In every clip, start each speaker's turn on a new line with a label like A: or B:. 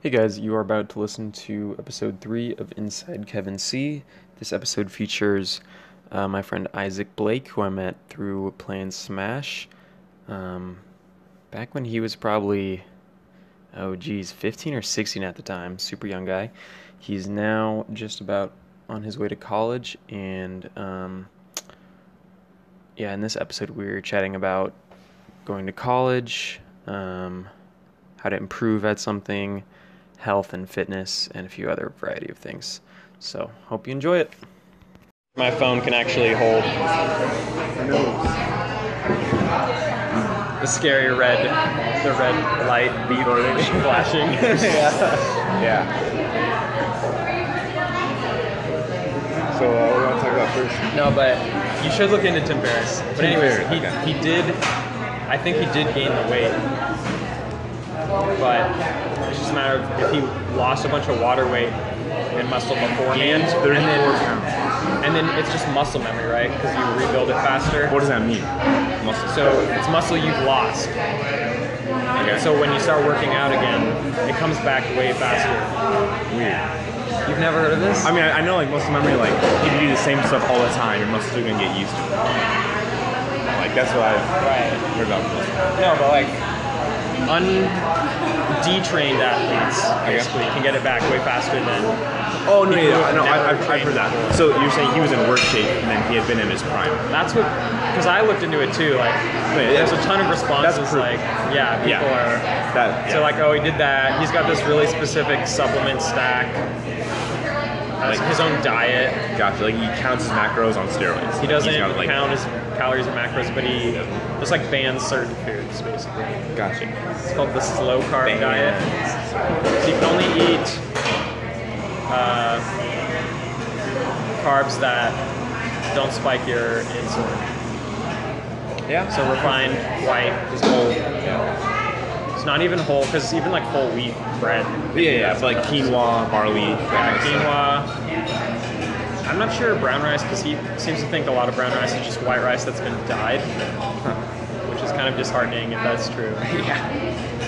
A: Hey guys, you are about to listen to episode three of Inside Kevin C. This episode features uh, my friend Isaac Blake, who I met through playing Smash um, back when he was probably, oh geez, 15 or 16 at the time, super young guy. He's now just about on his way to college, and um, yeah, in this episode, we're chatting about going to college, um, how to improve at something, health and fitness, and a few other variety of things. So, hope you enjoy it. My phone can actually hold the scary red, the red light beep flashing.
B: Yeah. So uh, what do you want to talk about first?
A: no, but you should look into Tim Ferriss. But anyways,
B: Ferriss,
A: he,
B: okay.
A: he did. I think he did gain the weight, but it's just a matter of if he lost a bunch of water weight and muscle beforehand, and then
B: pounds.
A: and then it's just muscle memory, right? Because you rebuild it faster.
B: What does that mean? Muscle.
A: So it's muscle you've lost.
B: Okay.
A: So when you start working out again, it comes back way faster.
B: weird.
A: You've never heard of this?
B: I mean, I, I know like muscle memory. Like if you do the same stuff all the time, your muscles are gonna get used to it. Like that's what I've
A: right.
B: heard about muscle. memory.
A: No, but like un detrained athletes
B: Okay.
A: basically can get it back way faster than
B: Oh no, yeah,
A: yeah,
B: no,
A: never
B: I, I've, I've heard that. So you're saying he was in worse shape than he had been in his prime?
A: that's what because I looked into it too. Like
B: Wait,
A: there's a
B: that's-
A: ton of responses
B: proof.
A: like yeah, people
B: Yeah.
A: are
B: That. Yeah.
A: So like, oh, he did that. He's got this really specific supplement stack. That's
B: Like-
A: his own diet.
B: gotcha. Like he counts his macros on steroids.
A: He doesn't
B: He's got, like,
A: count his calories and macros, but he just like bans certain foods basically.
B: Gotcha.
A: It's called the slow carb
B: Bang.
A: diet. So you can only eat uh, carbs that don't spike your insulin.
B: Yeah.
A: So refined, white, just whole.
B: Yeah.
A: It's not even whole because even like whole wheat bread.
B: Yeah, yeah, yeah. So like quinoa, barley, that kind of stuff.
A: quinoa. I'm not sure brown rice because he seems to think a lot of brown rice is just white rice that's been dyed, which is kind of disheartening if that's true.
B: Yeah.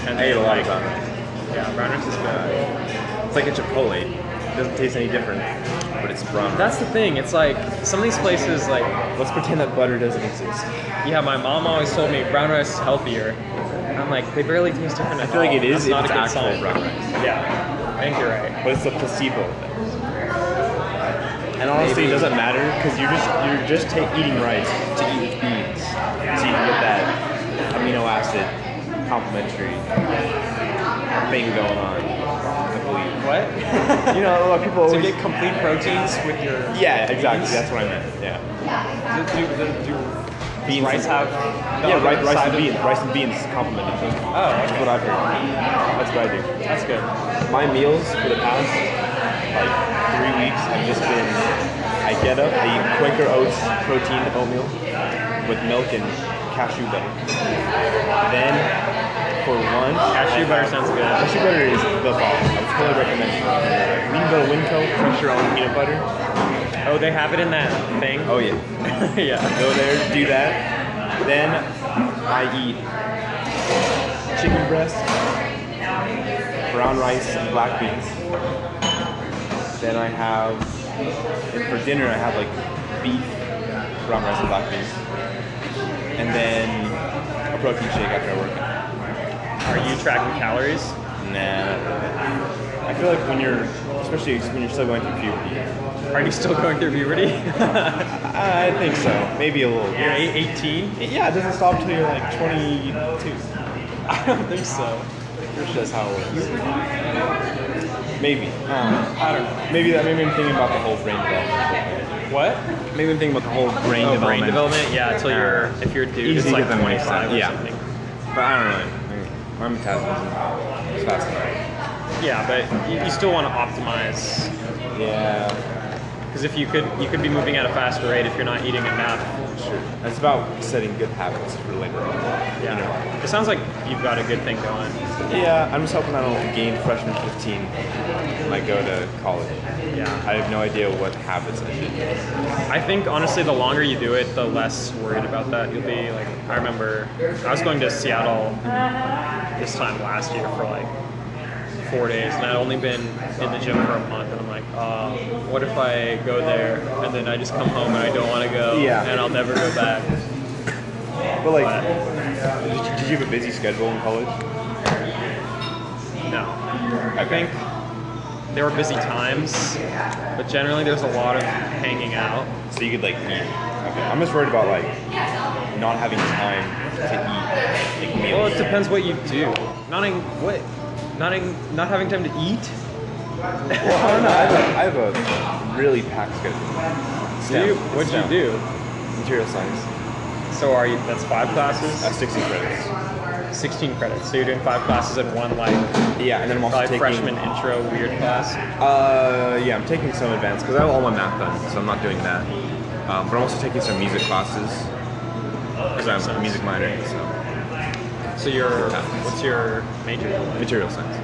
A: And
B: I ate a lot
A: like,
B: of brown rice.
A: Yeah, brown rice is good.
B: Uh, it's like a Chipotle. It doesn't taste any different, but it's brown rice.
A: That's the thing. It's like some of these places, like
B: Let's pretend that butter doesn't exist.
A: yeah, my mom always told me brown rice is healthier. And I'm like, they barely taste different.
B: I
A: at
B: feel like
A: all.
B: it is
A: That's
B: if
A: not
B: it's
A: a good
B: actual
A: sign.
B: brown rice.
A: Yeah, I think you're right.
B: But it's the placebo effect. And honestly, it doesn't matter because you're just you're just ta eating rice to eat with beans, so you can get that amino acid complementary thing going on. I believe.
A: What?
B: You know, like, people
A: to
B: always.
A: get complete proteins with your
B: yeah, exactly.
A: beans?
B: That's what I meant. Yeah.
A: Do, do, do, do
B: Beans.
A: rice have? the
B: Yeah,
A: other
B: rice, rice and
A: side of-
B: beans. Rice and beans complement each other.
A: Oh,
B: That's what I've heard. That's what I do.
A: That's good.
B: My meals for the past like three weeks have just been I get up, I eat Quaker oats protein oatmeal with milk and cashew butter. Then for lunch, I
A: Cashew butter
B: have-
A: sounds good.
B: Cashew butter is the bomb. I would totally recommend it. You can go to Winco, crush your own peanut butter.
A: Oh, they have it in that thing.
B: Oh yeah.
A: yeah.
B: Go there, do that. Then I eat chicken breast, brown rice, and black beans. Then I have for dinner I have like beef, brown rice, and black beans. And then a protein shake after I work out.
A: Are you tracking calories?
B: Nah. I feel like when you're, especially when you're still going through puberty.
A: Are you still going through puberty?
B: I I think so. Maybe a little.
A: You're eight- 18?
B: Yeah, it doesn't stop till you're like 22.
A: I don't think so.
B: Which is how it is. Maybe. Um,
A: I don't know.
B: maybe that maybe I'm thinking about the whole brain development.
A: What?
B: Maybe I'm thinking about the whole brain
A: oh,
B: development.
A: brain development. Yeah, until you're
B: Uh,
A: if you're a dude,
B: easy
A: it's
B: to
A: like
B: get them when you
A: 25
B: start,
A: or
B: yeah.
A: something.
B: But I don't know. My metabolism is fast enough.
A: Yeah, but you, you still want to optimize
B: Yeah,
A: because if you could, you could be moving at a faster rate if you're not eating enough.
B: sure. It's about setting good habits for later on. you
A: Yeah.
B: know.
A: It sounds like you've got a good thing going.
B: Yeah, I'm just hoping I don't gain freshman 15 when I go to college.
A: Yeah.
B: I have no idea what habits I should do.
A: I think honestly, the longer you do it, the less worried about that you'll be. Like I uh, remember, I was going to Seattle this time last year for like four days, and I'd only been in the gym for a month, and I'm like, oh, what if I go there and then I just come home and I don't want to go,
B: Yeah.
A: and I'll never go back.
B: But like, did you, did you have a busy schedule in college?
A: No, I think there were busy times, but generally there's a lot of hanging out.
B: So you could like eat. Okay. I'm just worried about like not having time to eat like meals.
A: Well, it depends what you do. Not in what, not in not having time to eat.
B: Well, I don't know. I have a, I have a really packed schedule.
A: Do
B: Stem.
A: you,
B: It's
A: what'd
B: STEM.
A: you do?
B: Material science.
A: So are you? That's five
B: Uh,
A: classes,
B: 60 credits.
A: 16 credits. So you're doing five classes in one like
B: Yeah, and then I'm also
A: probably
B: taking
A: freshman intro weird class.
B: Uh, yeah, I'm taking some advanced because I have all my math done, so I'm not doing that. Um, but I'm also taking some music classes because I'm a music minor. So
A: So your what's your major?
B: material science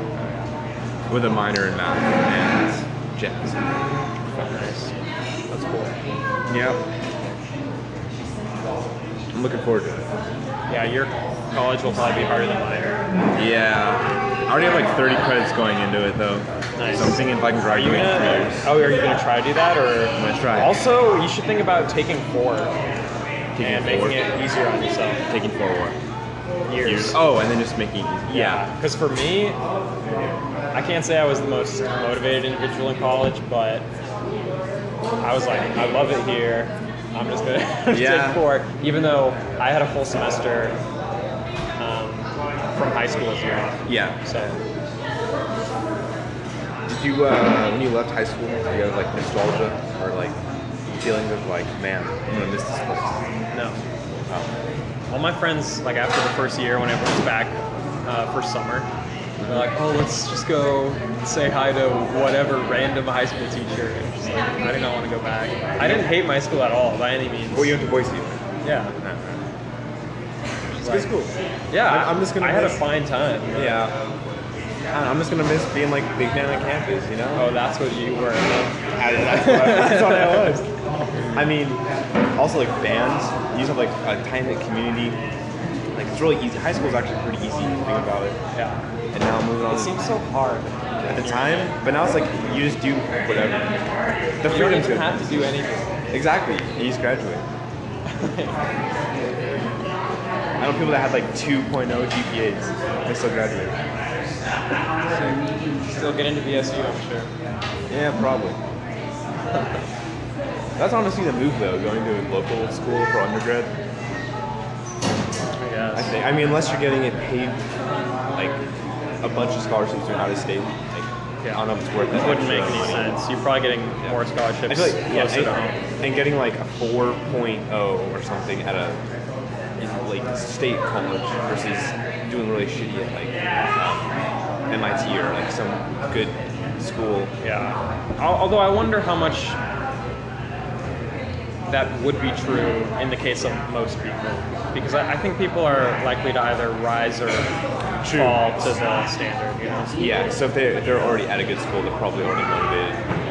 B: with a minor in math and jazz.
A: Nice. That's cool.
B: Yep. I'm looking forward to it.
A: Yeah, your college will probably be harder than mine.
B: Yeah. I already have like 30 credits going into it though.
A: Nice.
B: So I'm thinking if I can
A: Are you
B: graduate in three
A: gonna?
B: years.
A: Oh, are you gonna try to do that or?
B: I'm gonna try.
A: Also, you should think about taking four
B: taking
A: and
B: four,
A: making it easier on yourself.
B: taking four more
A: Years.
B: years. Oh, and then just making
A: Yeah, because for me, I can't say I was the most motivated individual in college, but I was like, I love it here. I'm just gonna
B: Yeah.
A: take four, even though I had a full semester um, from high school as well.
B: Yeah.
A: So
B: Did you, uh, when you left high school, did you have like nostalgia or like feelings of like, man, I'm gonna miss this place?
A: no,
B: Oh.
A: all my friends like after the first year when everyone's back uh, for summer, they're like, oh, let's just go say hi to whatever random high school teacher. And just like, I do not want to go back. I didn't hate my school at all by any means.
B: Well, you went to Boise.
A: Yeah.
B: It's
A: Like-
B: cool.
A: Yeah,
B: I- I'm just gonna
A: I had a
B: miss-
A: fine time.
B: Yeah. I don't know, I'm just gonna miss being like big man on campus, you know?
A: Oh, that's what you were.
B: I- that's, what I, that's what I was. I mean, also like bands, you just have like a tight knit community. Like it's really easy. High school is actually pretty easy if you think about it.
A: Yeah.
B: And now moving on
A: It seems so hard.
B: at the time, but now it's like you just do whatever. The
A: You don't
B: freedom's
A: even
B: good.
A: have to do anything.
B: Exactly. You just graduate. I know people that had like 2.0 GPAs. They still graduate.
A: Still get into BSU, I'm sure.
B: Yeah, probably. That's honestly the move though, going to a local school for undergrad.
A: I
B: I
A: guess.
B: think. I mean, unless you're getting it paid, like a bunch of scholarships from out of state. Like,
A: Yeah.
B: I don't know if it's worth it.
A: It wouldn't make any sense. You're probably getting more
B: I
A: scholarships
B: feel like yeah,
A: closer to home.
B: and, and getting like a 4.0 or something at a you know, like state college versus doing really shitty at like um, MIT or like some good school.
A: Yeah. Al- Although I wonder how much that would be true in the case of most people, because I, I think people are likely to either rise or
B: True.
A: fall to the standard. You know?
B: Yeah, so if they're, if they're already at a good school, they're probably already motivated.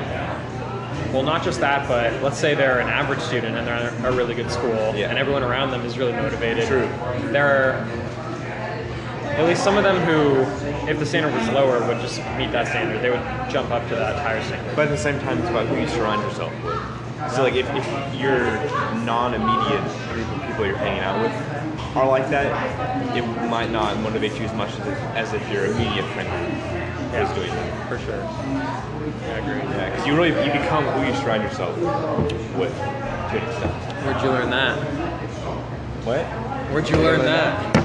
A: Well, not just that, but let's say they're an average student and they're at a really good school,
B: Yeah.
A: and everyone around them is really motivated.
B: True.
A: There are at least some of them who, if the standard was lower, would just meet that standard. They would jump up to that higher standard.
B: But at the same time, it's about who you surround yourself with. So like if, if your non-immediate group of people you're hanging out with are like that, it might not motivate you as much as if, as if your immediate friend group is doing that.
A: for sure. Yeah, I agree.
B: Yeah, because you really you become who you surround yourself with to an extent.
A: Where'd you learn that?
B: What?
A: Where'd you learn that?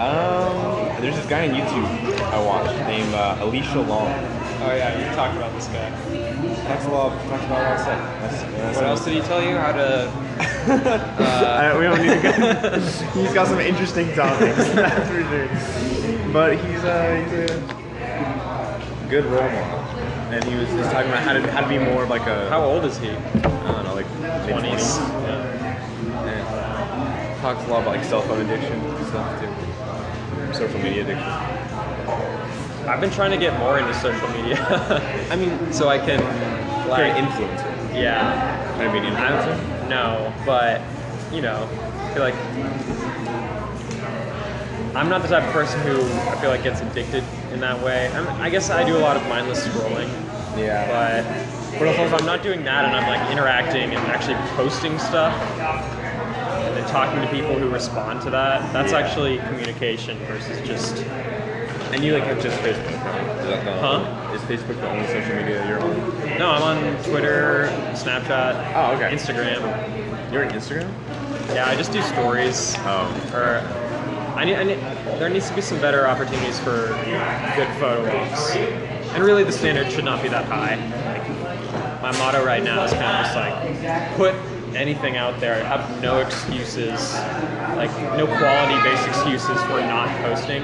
B: Um, there's this guy on YouTube I watched named uh, Alicia Long.
A: Oh yeah, you talked about this guy.
B: Talks a lot. Talks about all stuff. That's, that's
A: What else did he tell you? How to?
B: I don't- Uh, we don't need to go. he's got some interesting topics. That's for sure. But he's uh, he's a good role model. And he was just talking about how to, how to be more of like a
A: How old is he?
B: I don't know like mid
A: Twenties. Yeah.
B: Yeah. Talks a lot about like cell phone addiction and stuff too. Social media addiction.
A: I've been trying to get more into social media. I mean, so I can
B: You're
A: like
B: an influencer.
A: Yeah.
B: Can I be an
A: I
B: influencer?
A: don't know, but you know, I feel like I'm not the type of person who I feel like gets addicted in that way. I'm, I guess I do a lot of mindless scrolling,
B: Yeah.
A: but but if if I'm not doing that and I'm like interacting and actually posting stuff and then talking to people who respond to that, that's actually communication versus just
B: and you like have just Facebook. Huh? Is, that the,
A: Huh?
B: is Facebook the only social media you're on?
A: no. I'm on Twitter, Snapchat,
B: Oh, okay.
A: Instagram.
B: You're on Instagram?
A: Yeah, I just do stories. Um,
B: Oh.
A: or I need, I need, there needs to be some better opportunities for good photo ops. And really, the standard should not be that high. Like, my motto right now is kind of just like put anything out there. Have no excuses, like no quality-based excuses for not posting,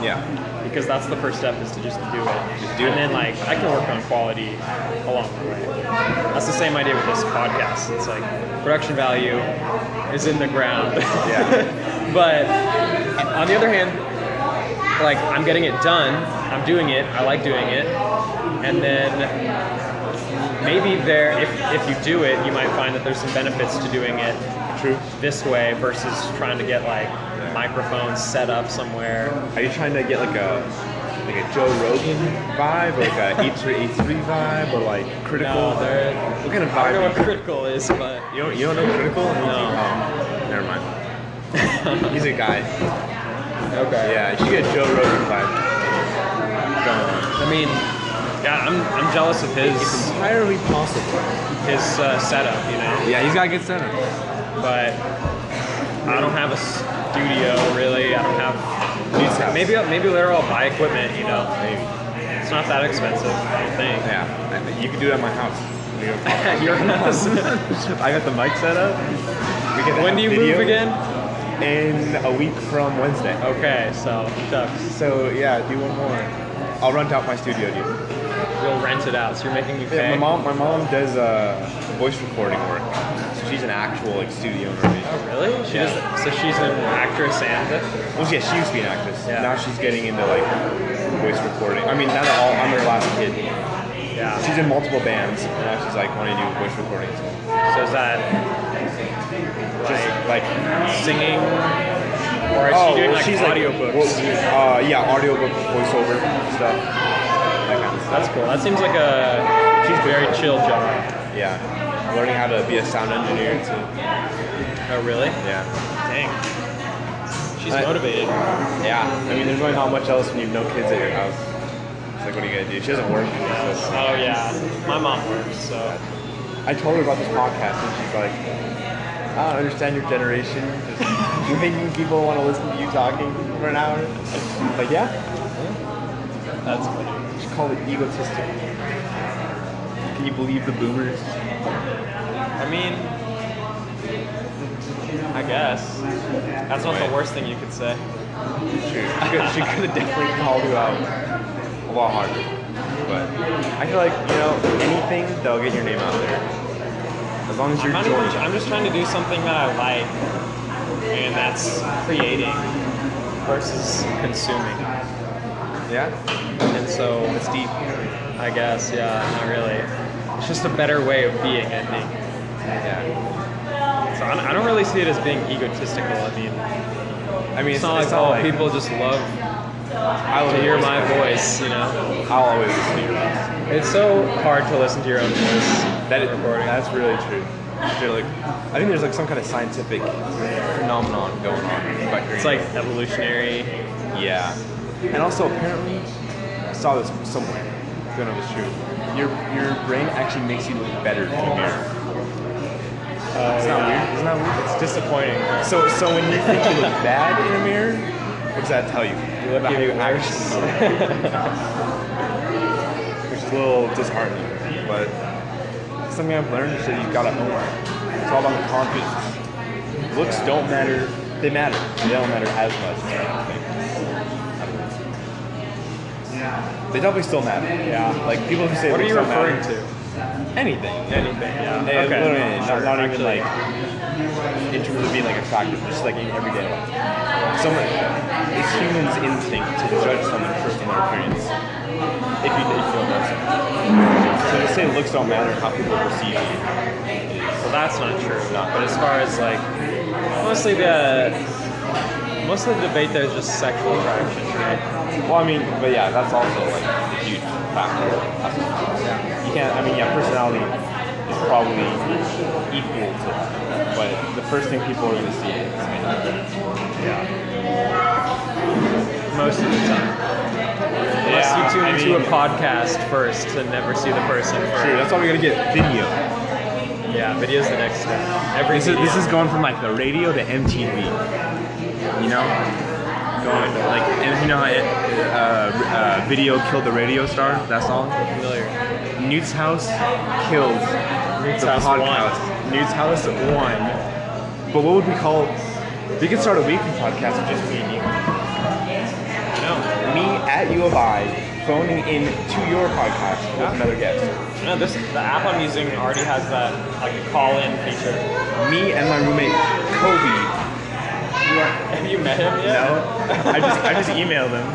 B: Yeah.
A: because that's the first step is to just do it.
B: Just do it.
A: and then like I can work on quality along the way. That's the same idea with this podcast. It's like production value is in the ground.
B: Yeah.
A: But on the other hand, like I'm getting it done, I'm doing it, I like doing it, and then maybe there, if, if you do it, you might find that there's some benefits to doing it
B: True.
A: this way versus trying to get like microphones set up somewhere.
B: Are you trying to get like a like a Joe Rogan vibe, or like a E three E three vibe, or like critical?
A: No, they're-
B: what kind of
A: I
B: vibe?
A: don't know
B: are
A: what
B: you-
A: critical is, but
B: You don't, you don't know Critical?
A: No.
B: Oh, never mind. He's a guy.
A: okay.
B: Yeah, you get Joe Rogan vibe. Go on.
A: I mean, yeah, I'm, I'm jealous of his
B: Entirely possible.
A: his uh, setup, you know.
B: Yeah, he's got a good setup.
A: but I don't have a studio really. I don't have.
B: Needs to have-
A: Maybe maybe later I'll buy equipment. You know,
B: Maybe.
A: it's not that expensive. I don't think.
B: Yeah, I think you can do it at my house. We don't talk.
A: At your house.
B: I got the mic set up. We get that
A: when do you
B: video
A: move again?
B: In a week from Wednesday.
A: Okay, so ducks.
B: So yeah, do one more. I'll rent out my studio, dude.
A: You'll rent it out. So you're making me pay.
B: Yeah, my mom, my mom does uh, voice recording work. So she's an actual like studio owner.
A: Oh, really? She
B: Yeah.
A: does. So she's an actress and.
B: Well, yeah, she used to be an actress.
A: Yeah.
B: Now she's getting into like voice recording. I mean, now that all I'm her last kid.
A: Yeah.
B: She's in multiple bands, and now she's like wanting to do voice recordings.
A: So is that
B: Just
A: like
B: like oh,
A: singing, or is she
B: well,
A: doing Oh, like audiobooks?
B: well, uh, yeah, audiobook voiceover stuff. That kind of stuff.
A: That's cool. That seems like a she's very chill job.
B: Yeah, learning how to be a sound engineer too.
A: Oh, really?
B: Yeah,
A: Dang. She's
B: I-
A: motivated.
B: yeah. I mean, there's really not much else when you have no kids at your house. It's like, what are you gonna do? She doesn't work. It's just-
A: Oh yeah, my mom works, so
B: I told her about this podcast, and she's like, I don't understand your generation. Just, you're making people want to listen to you talking for an hour. Like, yeah,
A: that's funny.
B: she called it egotistic. Can you believe the boomers?
A: I mean, I guess that's not the worst thing you could say.
B: True. She could, she could have definitely called you out a lot harder. But I feel like, you know, anything that'll get your name out there. As long as
A: I'm,
B: you're
A: not even,
B: Jordan.
A: I'm just trying to do something that I like, and that's creating versus consuming.
B: Yeah?
A: And so
B: It's deep.
A: I guess, yeah, not really. It's just a better way of being, I think.
B: Yeah.
A: So I don't- I don't really see it as being egotistical. I mean,
B: I mean,
A: it's,
B: it's,
A: not like
B: all
A: oh, people just love
B: I
A: to
B: will
A: hear
B: always-
A: my voice, you know.
B: I'll always listen to your voice.
A: It's so hard to listen to your own voice.
B: That is,
A: recording.
B: that's really true. They're like, I think there's like some kind of scientific phenomenon going on. About hearing
A: It's like
B: it.
A: evolutionary.
B: Yeah. And also, apparently, I saw this somewhere. Don't know if it's true. Your your brain actually makes you look better in the mirror.
A: it's
B: not weird.
A: It's not weird. It's disappointing.
B: So so when you think you look bad in a mirror, what does that tell you?
A: You look
B: About how you
A: even worse.
B: actually look, which is a little disheartening. But something I've learned is that you've got to own it. It's all about the confidence. Looks don't matter. They matter. They don't matter as much. I think. I don't know. They definitely still matter.
A: Yeah.
B: Like people who say
A: what are
B: looks
A: you
B: don't matter-
A: referring to?
B: Anything.
A: Anything. Yeah.
B: They
A: okay.
B: literally
A: Sure.
B: not, not even
A: Actually,
B: like in terms of being like attractive, just like in everyday life. Someone, it's humans' instinct to judge someone first on their appearance. If you, if you don't know someone, so to say looks don't matter, how people perceive you.
A: Well, that's not true. But as far as like, mostly the Most of the debate there is just sexual attraction, right?
B: Well, I mean, but yeah, that's also like a huge factor. That's- You can't. I mean, yeah, personality is probably equal to that, but the first thing people are gonna see is yeah.
A: Most of the time. Unless
B: yeah,
A: you tune
B: I
A: into
B: mean,
A: a podcast first and never see the person. first.
B: True. That's why we're gonna get video.
A: Yeah, video's the next step. Every
B: This is
A: video.
B: this is going from like the radio to MTV. You know, going like and you know how it, uh, uh, video killed the radio star. That song.
A: familiar.
B: Newt's house killed
A: Newt's
B: the
A: House
B: podcast. Newt's house one. But what would we call? We could start a weekly podcast of just me and you.
A: No,
B: Me at U of I, phoning in to your podcast with another guest.
A: no. This the app I'm using already has that like a call-in feature.
B: Me and my roommate Kobe.
A: Have you met him
B: You
A: yet?
B: know, I just I just emailed him.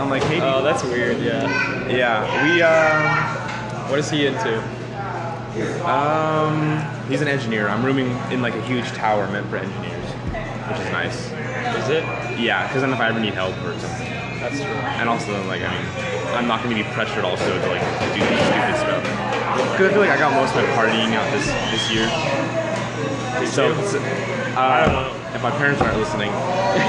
B: I'm like, hey,
A: Oh, that's weird. Yeah.
B: dude. yeah, we um.
A: What is he into?
B: Um, he's an engineer. I'm rooming in like a huge tower meant for engineers, which is nice.
A: Is it?
B: Yeah, because then if I ever need help or something,
A: That's true.
B: and also like I mean, I'm not going to be pressured also to like do stupid stuff. 'Cause I feel like I got most of my partying out this this year. So, so, uh, if my parents aren't listening,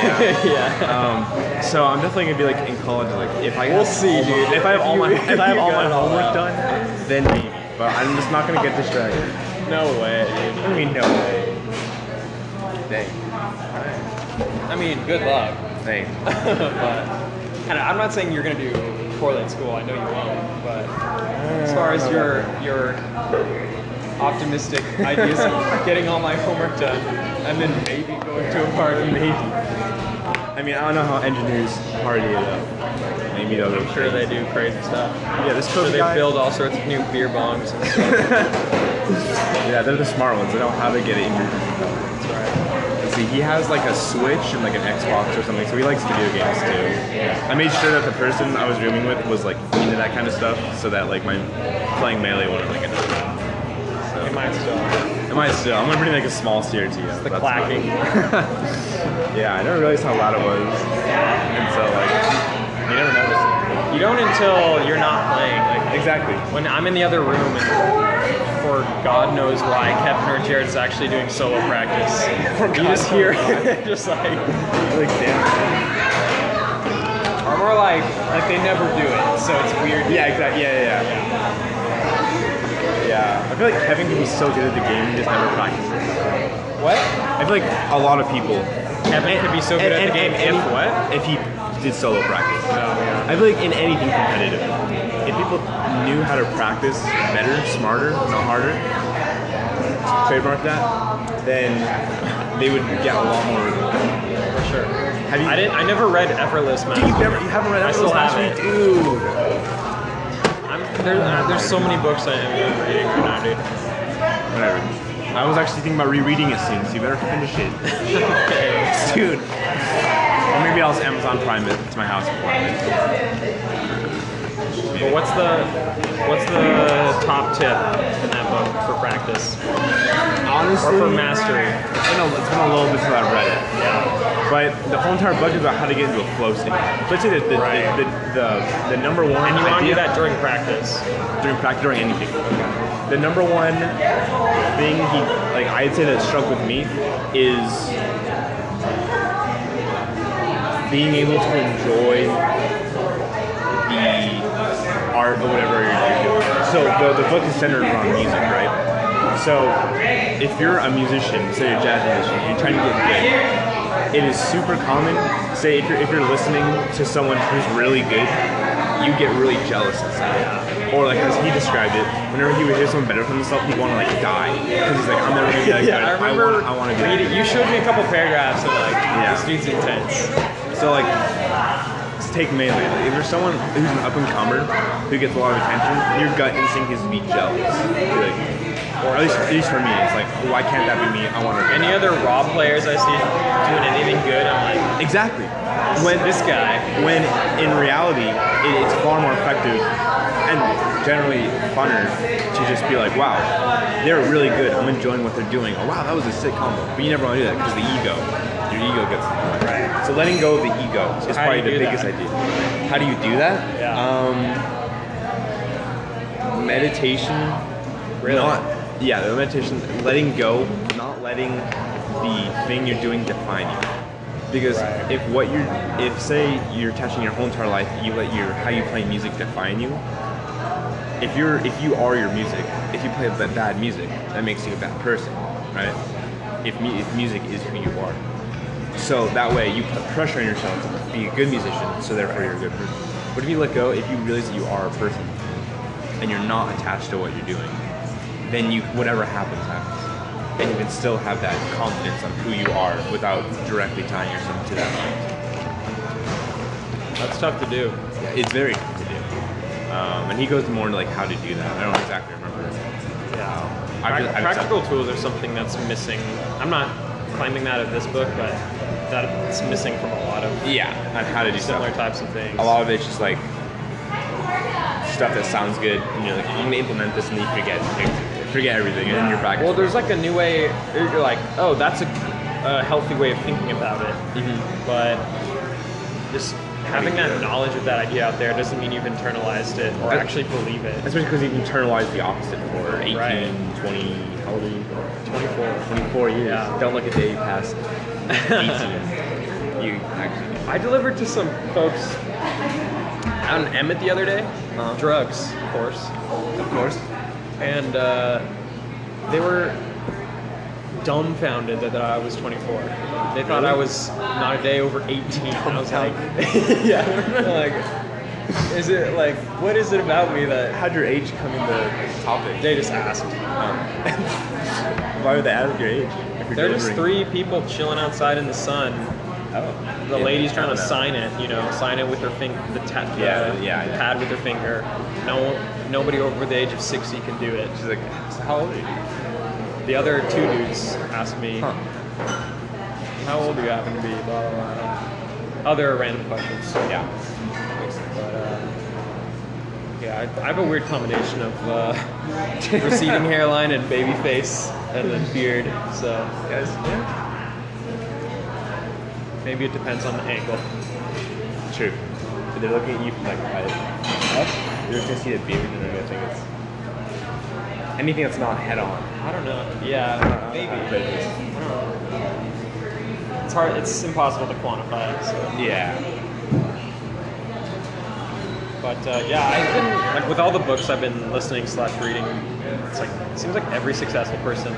B: yeah.
A: yeah.
B: Um, so I'm definitely gonna be like in college, like if I
A: We'll
B: have
A: see,
B: all my-
A: dude.
B: If I have all
A: You-
B: my if I have
A: you
B: all
A: got
B: my
A: it all
B: homework
A: out.
B: done, then maybe. But I'm just not gonna get distracted.
A: No way, dude.
B: I mean, no way. Dang.
A: I mean, good luck.
B: Dang.
A: but and I'm not saying you're gonna do poorly in school. I know you won't. But as far as your your optimistic ideas of getting all my homework done and then maybe going to a party, maybe.
B: I mean, I don't know how engineers party it up. Maybe they'll
A: I'm sure they do crazy stuff.
B: Yeah, this
A: Sure
B: Kobe
A: they
B: guy.
A: build all sorts of new beer bongs and stuff.
B: Yeah, they're the smart ones. They know how to get it in your.
A: That's right.
B: See, he has like a Switch and like an Xbox or something, so he likes video games too. I made sure that the person I was rooming with was like into that kind of stuff, so that like my playing melee wouldn't like annoy him.
A: You might still.
B: Am I still? I'm gonna bring like a small CRT. It's
A: The clacking.
B: Yeah, I never realized how loud it was, and so like you never notice.
A: You don't until you're not playing. Like
B: Exactly.
A: When I'm in the other room, and for God knows why, Kepner or Jared's actually doing solo practice. you just hear it, just like,
B: Like damn.
A: or more like, like they never do it, so it's weird.
B: Yeah, exactly. Yeah, yeah, yeah. Yeah. I feel like Kevin can be so good at the game, he just never practices.
A: What?
B: I feel like a lot of people.
A: Kevin could be so good at the game if what?
B: If he did solo practice.
A: No, yeah.
B: I feel like in anything competitive, if people knew how to practice better, smarter, not harder, trademark that, then they would get a lot more.
A: For sure.
B: Have you-
A: I didn't. I never read Effortless
B: Dude, you've
A: Master.
B: never, you haven't read
A: I still
B: Effortless
A: have
B: Mastery, dude.
A: I'm, there, uh, there's so many books I am reading right now, dude.
B: Whatever. I was actually thinking about rereading it soon, so you better finish it, dude. Or maybe I'll just Amazon Prime it to my house before I leave.
A: But what's the what's the top tip in that book for practice or
B: Honestly,
A: for mastery?
B: it's been a, it's been a little bit since I've read it. But the whole entire book is about how to get into a flow state. Especially the the,
A: Right.
B: the, the, the, number one
A: And you want to do
B: idea
A: that during practice.
B: during practice during anything. The number one thing he like I'd say that struck with me is being able to enjoy the art or whatever you're doing. So the, the book is centered around music, right? So if you're a musician, say you're a jazz musician, you're trying to get good, it is super common. Say if you're if you're listening to someone who's really good, you get really jealous of something. Or like as he described it, whenever he would hear someone better than himself, he'd want to like die because he's like, I'm never gonna be that good.
A: Yeah, I remember.
B: I want to be. that
A: reading.
B: good."
A: You showed me a couple paragraphs and like,
B: Yeah.
A: this dude's intense.
B: So like, let's take melee. Like, if there's someone who's an up and comer who gets a lot of attention, your gut instinct is to be jealous. You're like, or at least, at least for me, it's like, why can't that be me? I want to.
A: Any other raw players I see doing anything good, I'm like,
B: Exactly.
A: when this guy.
B: When in reality, it, it's far more effective and generally funner to just be like, wow, they're really good. I'm enjoying what they're doing. Oh wow, that was a sick combo. But you never want to do that because the ego. You your ego gets in the way.
A: Right.
B: So letting go of the ego is
A: how
B: probably
A: do you
B: the
A: do
B: biggest
A: that?
B: idea. How do you do that?
A: Yeah.
B: Um, meditation.
A: Really?
B: Not, yeah, the meditation, letting go, not letting the thing you're doing define you. Because
A: Right.
B: if what you're, if say you're touching your whole entire life, you let your how you play music define you. If you're, if you are your music, if you play ba- bad music, that makes you a bad person, right? If, mu- if music is who you are, so that way you put pressure on yourself to be a good musician, so therefore you're a good person. But if you let go, if you realize that you are a person and you're not attached to what you're doing, then you whatever happens happens. And you can still have that confidence on who you are without directly tying yourself to that.
A: That's tough to do.
B: It's very hard to do. Um, and he goes more into like how to do that. I don't exactly remember.
A: Yeah.
B: I've
A: Prac-
B: just- I've just-
A: practical tools are something that's missing. I'm not claiming that of this book, but that's missing from a lot of
B: Yeah, on how to do
A: similar
B: stuff.
A: types of things.
B: a lot of it's just like stuff that sounds good and you're like "Oh, i'm gonna implement this and then you forget forget everything and then you're back
A: Well, there's like a new way. You're like, oh, that's a, a healthy way of thinking about it. But just having that knowledge of that idea out there doesn't mean you've internalized it or
B: That's-
A: actually believe it.
B: especially because you've internalized the opposite for 18
A: Right.
B: 20 how old are you
A: 24.
B: 24 years
A: Yeah.
B: don't look a day past 18 you actually
A: I delivered to some folks out in Emmett the other day.
B: Uh-huh.
A: Drugs, of course.
B: of course
A: and uh, they were dumbfounded that, that I was 24. They thought I was not a day over 18. I was like, yeah, like, is it like, what is it about me that
B: how'd your age come into topic Um,
A: they just asked?
B: why would they ask your age if you're
A: They're just
B: delivering?
A: three people chilling outside in the sun.
B: Oh.
A: The
B: Yeah,
A: lady's trying to
B: no.
A: sign it, you know, sign it with her finger, the, ta- the
B: Yeah, yeah, yeah.
A: pad with her finger. No, nobody over the age of 60 can do it.
B: she's like so how old are you
A: The other two dudes asked me,
B: Huh.
A: How old do you happen to be? Blah, blah, blah. Other random questions.
B: yeah
A: But, uh, yeah, I, I have a weird combination of uh, receding hairline and baby face and then beard. So
B: guys yeah
A: maybe it depends on the angle.
B: True. But they're looking at you from like right up. You're just gonna see the beard and they're gonna think it's anything that's not head on.
A: I don't know. Yeah,
B: But
A: maybe.
B: it's-
A: It's hard. It's impossible to quantify. So.
B: yeah.
A: But uh, yeah, I've been like with all the books I've been listening slash reading. It's like it seems like every successful person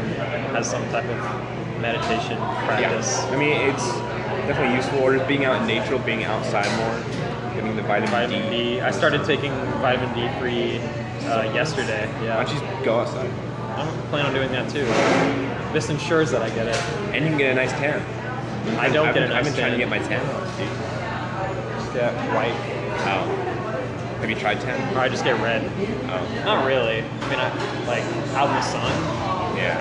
A: has some type of meditation practice.
B: Yeah. I mean, it's definitely useful. Or just being out in nature, being outside more, getting the vitamin,
A: Vitamin
B: D.
A: D. I started taking vitamin D free uh, yesterday.
B: Why
A: Yeah,
B: don't you just go outside?
A: I plan on doing that too. This ensures that I get it.
B: And you can get a nice tan.
A: I don't
B: I've
A: get
B: been,
A: it.
B: I've been trying to get my tan off, dude.
A: get white.
B: Wow. Have you tried tan?
A: Or I just get red.
B: Oh.
A: Not really. I mean, I like out in the sun.
B: Yeah.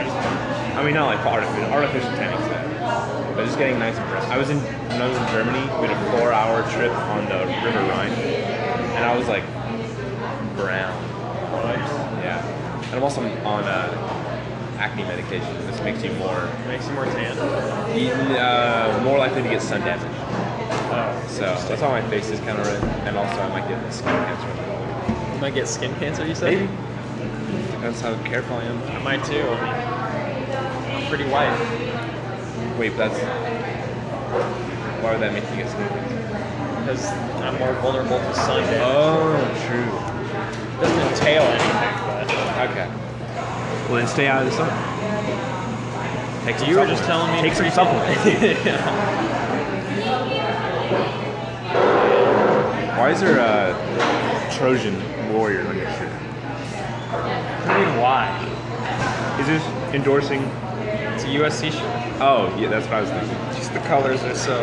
B: I mean, not like artificial, artificial tanning stuff, but just getting nice and fresh. I was in when I was in Germany, we had a four-hour trip on the River Rhine, and I was like brown. Yeah. And I'm also on uh, acne medication. This makes you more
A: Makes you more tan.
B: you, uh, more likely to get sun damage.
A: Oh,
B: So that's why my face is kind of red, and also I might get skin cancer.
A: you might get skin cancer. You said.
B: Maybe. That's how careful I am.
A: I might too. I mean, I'm pretty white
B: Wait, that's why would that make you get skin cancer?
A: because I'm more vulnerable to sun.
B: Oh, true.
A: Doesn't entail anything.
B: Okay. Well, then stay out of the sun. Take
A: But you were just telling me.
B: Take
A: to
B: some
A: pre-
B: supplements.
A: yeah.
B: Why is there a Trojan warrior on your shirt?
A: I mean, why?
B: Is this endorsing?
A: It's a USC shirt.
B: Oh, yeah, that's what I was thinking.
A: Just the colors are so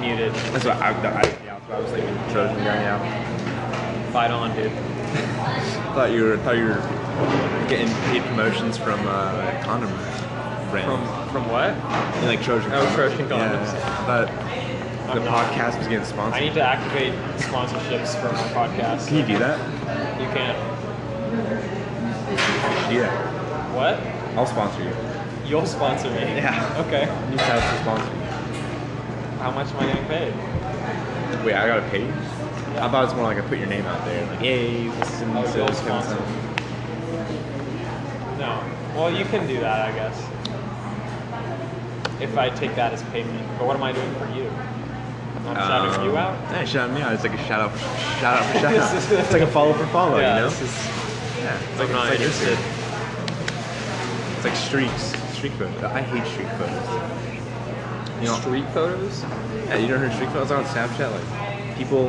A: muted.
B: That's what I, I, yeah, that's what I was thinking. Trojan guy, yeah.
A: Fight on, dude.
B: Thought you were thought you were getting paid promotions from uh, condom brand.
A: From from what?
B: You like Trojan.
A: Oh, Trojan condoms.
B: Yeah. But the
A: I'm not.
B: podcast was getting
A: I
B: sponsored.
A: need to activate sponsorships for my podcast.
B: Can you do that?
A: You can.
B: Do that.
A: What?
B: I'll sponsor you.
A: You'll sponsor me.
B: Yeah.
A: Okay.
B: You have to sponsor me.
A: how much am I getting paid?
B: Wait, I gotta pay. you? I thought it's more like I put your name out there, like, hey, listen
A: Oh,
B: to
A: you'll
B: this kind of
A: sponsor.
B: stuff.
A: No. Well, you can do that, I guess. If I take that as payment, but what am I doing for you? I'm shouting you out.
B: Um, Yeah, shout me out. It's like a shout out, for, shout out, for shout out. It's like a follow for follow,
A: Yeah,
B: you know?
A: this
B: yeah, it's like,
A: I'm not
B: it's like
A: interested.
B: Instagram. It's like streaks, streak photos. I hate streak photos. You know,
A: Street photos.
B: yeah, you don't heard streak photos on Snapchat? Like people,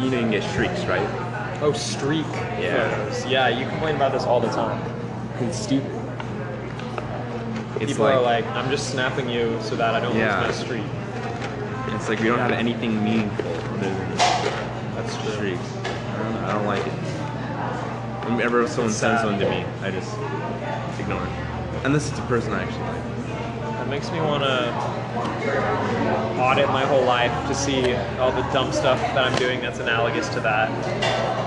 B: you know, you can get streaks, right?
A: Oh, streak
B: Yeah.
A: photos. Yeah, you complain about this all the time.
B: It's stupid. It's
A: People
B: like,
A: are like, I'm just snapping you so that I don't
B: Yeah.
A: lose my streak.
B: it's like we don't have anything meaningful other than
A: That's true.
B: streaks. I don't, know, I don't like it. Whenever someone
A: It's
B: sends
A: sad.
B: one to me, I just ignore it. Unless it's a person I actually like.
A: That makes me want to audit my whole life to see all the dumb stuff that I'm doing that's analogous to that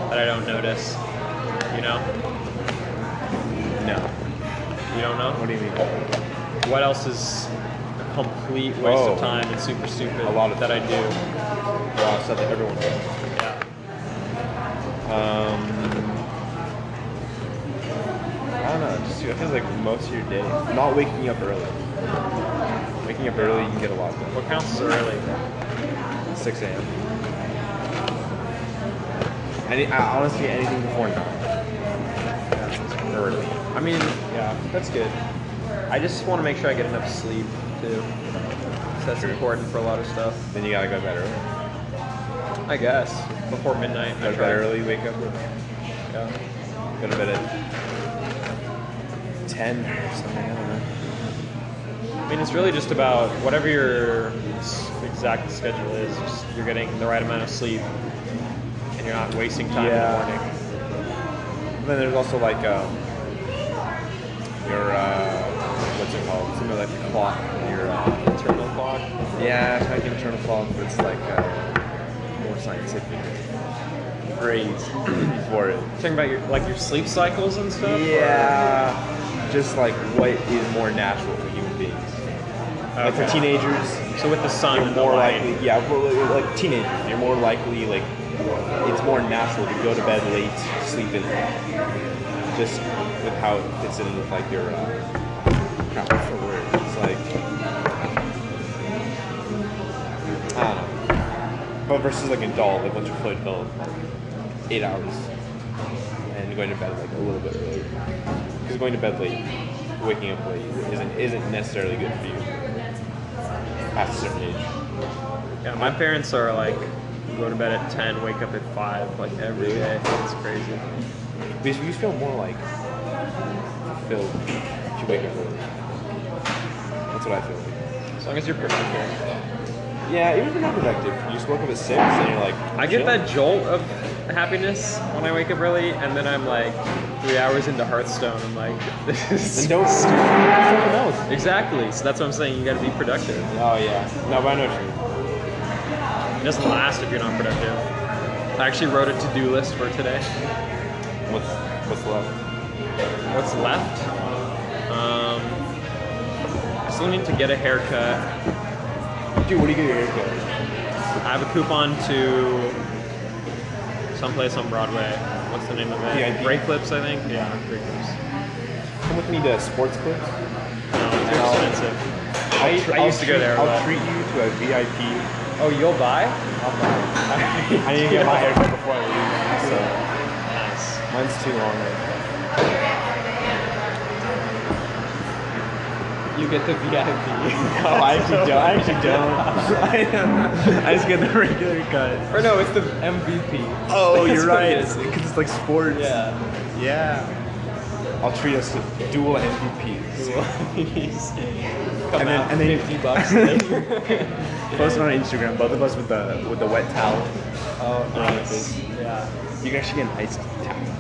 A: that I don't notice. You know?
B: No.
A: You don't know?
B: What do you mean?
A: What else is a complete waste
B: Oh.
A: of time and super stupid
B: A lot of
A: that I do?
B: Well, stuff that everyone does.
A: Yeah.
B: Um, I don't know. Just it feels like most of your day. Not waking up early. Waking up early, you can get a lot done.
A: What counts as early?
B: 6 a.m. Any, I honestly, anything before nine. Early. I mean,
A: Yeah, that's good. I just want to make sure I get enough sleep too. So that's
B: True.
A: important for a lot of stuff.
B: then you gotta go to bed early.
A: I guess before midnight.
B: Go
A: I
B: to
A: try.
B: bed early, wake up early.
A: Yeah.
B: Go to bed at 10 or something. I don't know.
A: I mean, it's really just about whatever your s- exact schedule is. Just you're getting the right amount of sleep, and you're not wasting time
B: Yeah.
A: in the morning.
B: And then there's also like um, your uh, what's it called? Something like a clock. Your uh,
A: Internal clock.
B: yeah, it's like an internal clock, but it's like uh, more scientific phrase for it.
A: Talking about your like your sleep cycles and stuff. or-
B: Yeah, just like what is more natural for human beings? Like for
A: Okay.
B: teenagers,
A: So with the sun,
B: you're
A: and the
B: more
A: light,
B: likely. Yeah, well, like like teenagers, you're more likely like it's more natural to go to bed late, sleep in late. Just with how it fits in with like your uh, crap, what's the word? It's like I don't know. But versus like an adult, like once you're fully developed, eight hours, and going to bed like a little bit earlier. Because going to bed late, waking up late isn't isn't necessarily good for you at a certain age.
A: Yeah, my parents are like go to bed at ten, wake up at five, like every
B: Really?
A: day. It's crazy.
B: Because you feel more like fulfilled if you wake up early. That's what I feel like.
A: As long as you're productive.
B: Yeah, even if you're not productive, you just woke up at six and you're like,
A: I get that jolt of happiness when I wake up early, and then I'm like three hours into Hearthstone. I'm like, this is
B: And don't do something else.
A: Exactly. So that's what I'm saying. You got to be productive.
B: Oh yeah. No, but I know what you mean.
A: It doesn't last if you're not productive. I actually wrote a to-do list for today.
B: What's what's left?
A: What's left? Um, I still need to get a haircut.
B: Dude, what do you get your haircut?
A: I have a coupon to someplace on Broadway. What's the name of it?
B: VIP.
A: Great Clips, I think. Yeah, Great Clips.
B: Come with me to sports clips.
A: No, it's
B: No.
A: expensive.
B: I'll
A: I-
B: tr-
A: I
B: I'll
A: used to go
B: treat-
A: there a
B: I'll
A: lot.
B: treat you to a VIP.
A: Oh, you'll buy?
B: I need to get my haircut before I leave. So
A: Nice.
B: mine's too long. Right
A: You get the VIP.
B: now. Oh, I actually don't. I actually don't. I just get the regular cut.
A: or no, it's the MVP.
B: Oh,
A: That's
B: you're
A: what it
B: right.
A: is.
B: Because it's like sports.
A: Yeah.
B: Yeah. I'll treat us to dual MVPs.
A: Come
B: And then-
A: out,
B: and then-
A: 50 bucks later.
B: Post it on Instagram. Both of us with the with the wet towel.
A: oh,
B: nice.
A: Yeah.
B: You can actually get an ice towel.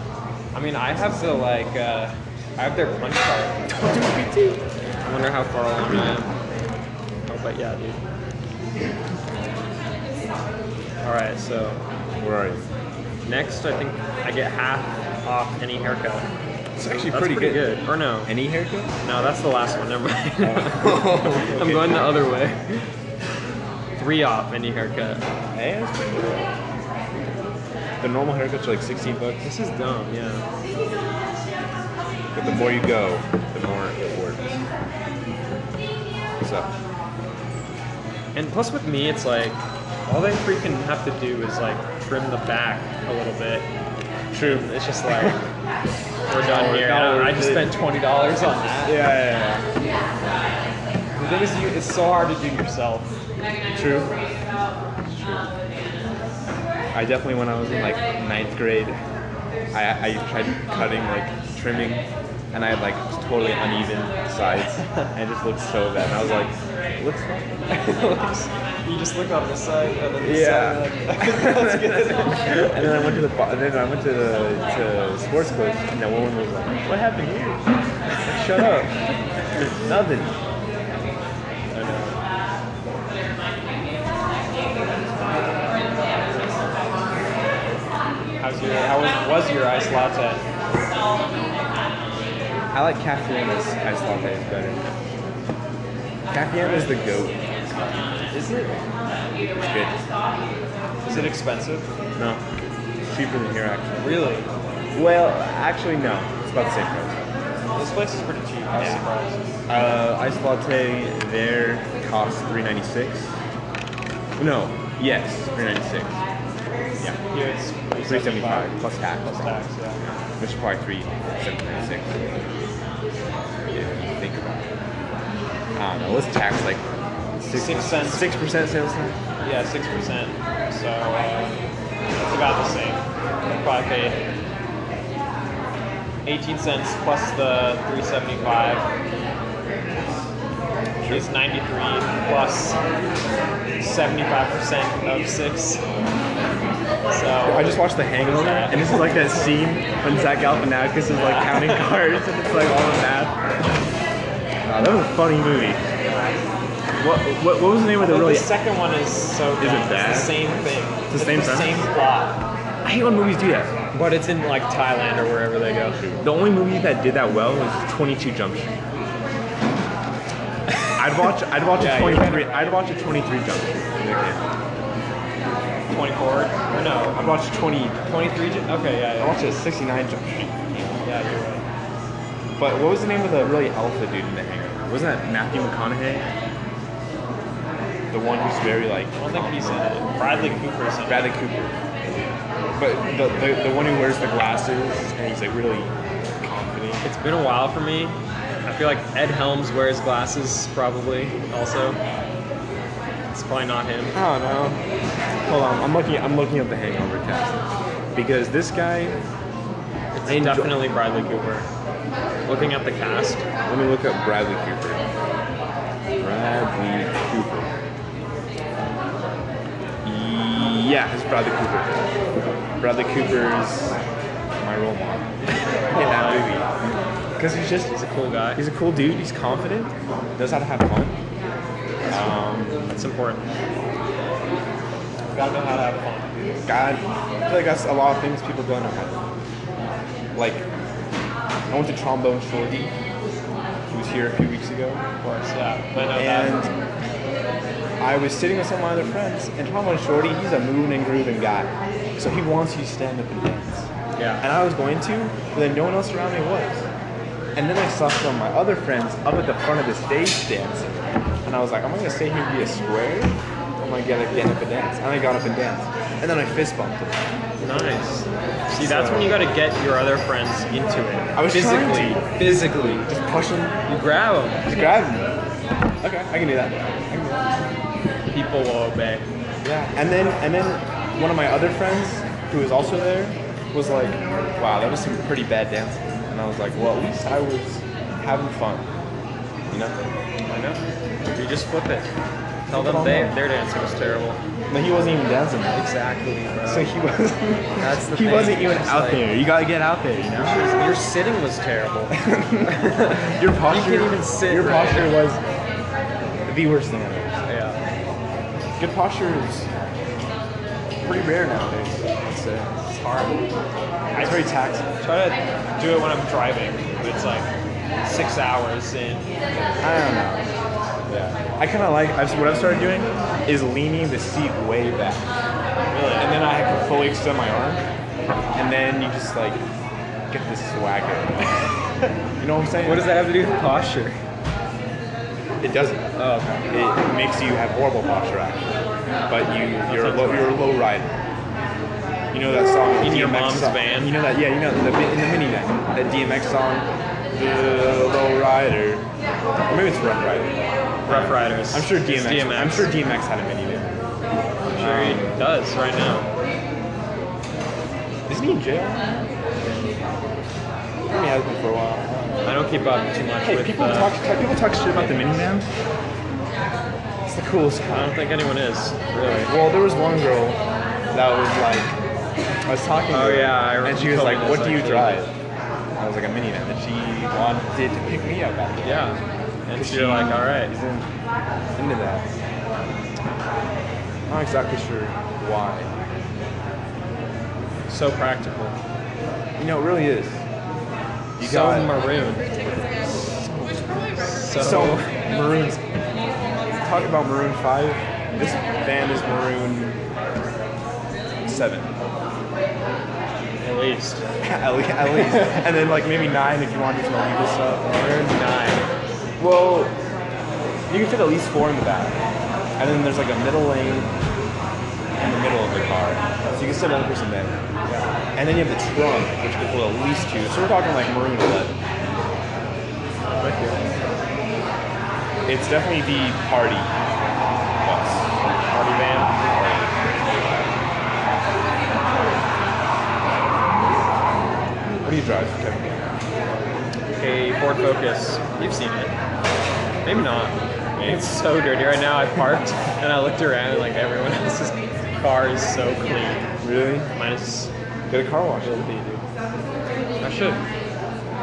A: I mean, I have the, like, uh, I have their punch card. I wonder how far along I am. Oh, but yeah, dude. Alright, so
B: Where are you?
A: next I think I get half off any haircut.
B: It's actually
A: That's
B: pretty, good.
A: Or no.
B: Any haircut? Oh.
A: No, that's the last one. Never mind. I'm going the other way. three off any haircut.
B: Hey, that's pretty good. The normal haircuts are like 16 bucks.
A: This is dumb, yeah.
B: But the more you go, the more it works. So,
A: And plus with me, it's like all they freaking have to do is like trim the back a little bit. True. It's just like we're done here.
B: now we're
A: I just
B: good.
A: spent twenty dollars on that.
B: yeah, yeah,
A: The thing is, you, it's so hard to do yourself.
B: yeah. True. True. I definitely, when I was in like ninth grade, I, I tried cutting, like trimming, and I had like totally uneven sides, and it just looked so bad. And I was like, looks
A: you just look on this side and then this
B: Yeah.
A: side. like, Let's get this one.
B: and then I went to the bo- and then I went to the to sports coach, and that woman was like, "What happened here? Shut up! There's nothing."
A: How's your? How was, was your iced latte?
B: I like Caffeina's iced latte better. Caffeina's the goat. Is it? It's good.
A: Is it expensive?
B: No, cheaper than here actually.
A: Really?
B: Well, actually no, it's about the same price.
A: This place is pretty cheap. I was
B: Yeah.
A: surprised.
B: Uh, iced latte there costs three ninety six. No, yes, three ninety six. Yeah.
A: Here it's
B: Three seventy five plus tax.
A: plus tax. Yeah.
B: Which is probably three seven ninety six. Yeah, think about it. I don't know. Let's tax like
A: Six cents.
B: Six percent sales tax.
A: Yeah, six percent. So uh, it's about the same. Probably paid eighteen cents plus the three seventy five. It's ninety three plus seventy five percent of six.
B: I
A: So
B: just watched The Hangover, and this is like that scene when Zach Galifianakis is like counting cards, and it's like all the math. Nah, that was a funny movie. What, what, what was the name of the
A: the,
B: really?
A: second one is so
B: it
A: dumb.
B: bad?
A: It's the same thing. It's
B: the same
A: the
B: premise?
A: same plot.
B: I hate when movies do that.
A: But it's in like Thailand or wherever they go.
B: The only movie that did that well was 22 Jump Street. I'd watch. I'd watch
A: Yeah,
B: a
A: you're
B: 23. I'd watch a 23 Jump Street. Okay.
A: Twenty four? Or Oh, no.
B: I'd watch 20.
A: Twenty three okay, yeah,
B: I
A: yeah.
B: watched a 69 Jump Street.
A: Yeah, you're right.
B: But what was the name of the really alpha dude in The Hangover? Wasn't that Matthew McConaughey? The one who's very like
A: I don't think he's in it. Bradley Cooper's in it.
B: Bradley Cooper. But the, the, the one who wears the glasses and he's like really confident.
A: It's been a while for me. I feel like Ed Helms wears glasses, probably, also. It's probably not him.
B: I don't know. Hold on, I'm looking. I'm looking up the Hangover cast because this guy.
A: It's
B: enjoy-
A: definitely Bradley Cooper. Looking at the cast,
B: Let me look up Bradley Cooper. Bradley Cooper. Yeah, it's Bradley Cooper. Bradley Cooper's my role model in that movie because he's just
A: he's a cool guy.
B: He's a cool dude. He's confident. Knows how to have fun. Um,
A: It's important. Gotta know how to have fun.
B: God, I feel like that's a lot of things people don't know. how to- Like, I went to trombone shorty. He was here a few weeks ago,
A: Of course, yeah. But no,
B: and
A: that,
B: I was sitting with some of my other friends. And trombone shorty, he's a moving and grooving guy, so he wants you to stand up and dance. And
A: yeah.
B: I was going to, but then no one else around me was. And then I saw some of my other friends up at the front of the stage dancing. And I was like, am I gonna stay here and be a square? Or am I gonna get up and dance? And I got up and danced. And then I fist bumped him.
A: Nice. See, that's when you gotta get your other friends into it.
B: I was
A: physically.
B: trying
A: Physically.
B: Just push him,
A: You grab them.
B: just grab him. Okay, I can do that. I can do that.
A: People will obey.
B: Yeah. And then and then one of my other friends who was also there was like, wow, that was some pretty bad dancing. And I was like, well, at least I was having fun. You know?
A: I know. You just flip it.
B: Flip
A: Tell
B: it
A: them
B: on
A: they,
B: them.
A: their dancing was terrible.
B: No, he wasn't even dancing.
A: Exactly, bro.
B: So he was.
A: That's the
B: he
A: thing.
B: wasn't even
A: It's
B: out
A: like-
B: there. You gotta get out there. You know.
A: your sitting was terrible.
B: Your posture.
A: couldn't even sit
B: Your
A: right.
B: posture was the worst thing ever.
A: yeah.
B: Good posture is pretty rare nowadays. It's, uh,
A: It's hard.
B: it's very taxing.
A: Try to do it when I'm driving. It's like six hours in.
B: I don't know.
A: Yeah.
B: I kind of like I've, what I've started doing is leaning the seat way back,
A: Really?
B: and then I can fully extend my arm, and then you just like get this swagger. you know what I'm saying?
A: What does that have to do with posture?
B: It doesn't.
A: Oh, okay.
B: It makes you have horrible posture, actually. But you, you're a low, you're a low rider. You know that song
A: In your
B: DMX
A: mom's
B: song.
A: van?
B: You know that, yeah. You know the in the minivan, that DMX song, the low rider, or maybe it's Rough Rider.
A: Rough Riders.
B: I'm sure
A: It's
B: DMX. I'm sure DMX had a minivan.
A: I'm sure he does right now.
B: Isn't Um, he in jail? I think he has been for a while.
A: I don't keep up too much
B: Hey,
A: with.
B: people
A: uh,
B: talk, talk people talk shit about the minivan. It's the coolest.
A: I don't think anyone is really.
B: Well, there was one girl that was like, I was talking to
A: Oh,
B: her,
A: yeah, I
B: and she
A: remember
B: was like,
A: this,
B: what do you
A: actually.
B: drive? I was like, a minivan, and she wanted to pick me up actually.
A: Yeah. And
B: 'Cause
A: so you're
B: she
A: like, all
B: is
A: right.
B: in- into that. Not exactly sure why.
A: So practical.
B: You know, it really is. You
A: so
B: got
A: maroon. So,
B: So, Maroons. Talk about Maroon 5. This band is Maroon 7.
A: at least
B: at le- at least. and then, like, maybe 9 if you want to do some illegal stuff.
A: maroon nine.
B: Well, you can fit at least four in the back, and then there's like a middle lane in the middle of the car, so you can sit one person there. And then you have the trunk, which can hold at least two. So we're talking like maroon eleven. It's definitely the party bus.
A: Party van.
B: What do you drive, Kevin?
A: A Ford Focus. You've seen it. Maybe not. It's so dirty right now. I parked and I looked around and like everyone else's car is so clean.
B: Really?
A: Mine is
B: Get a car wash. It'll be, dude.
A: I should.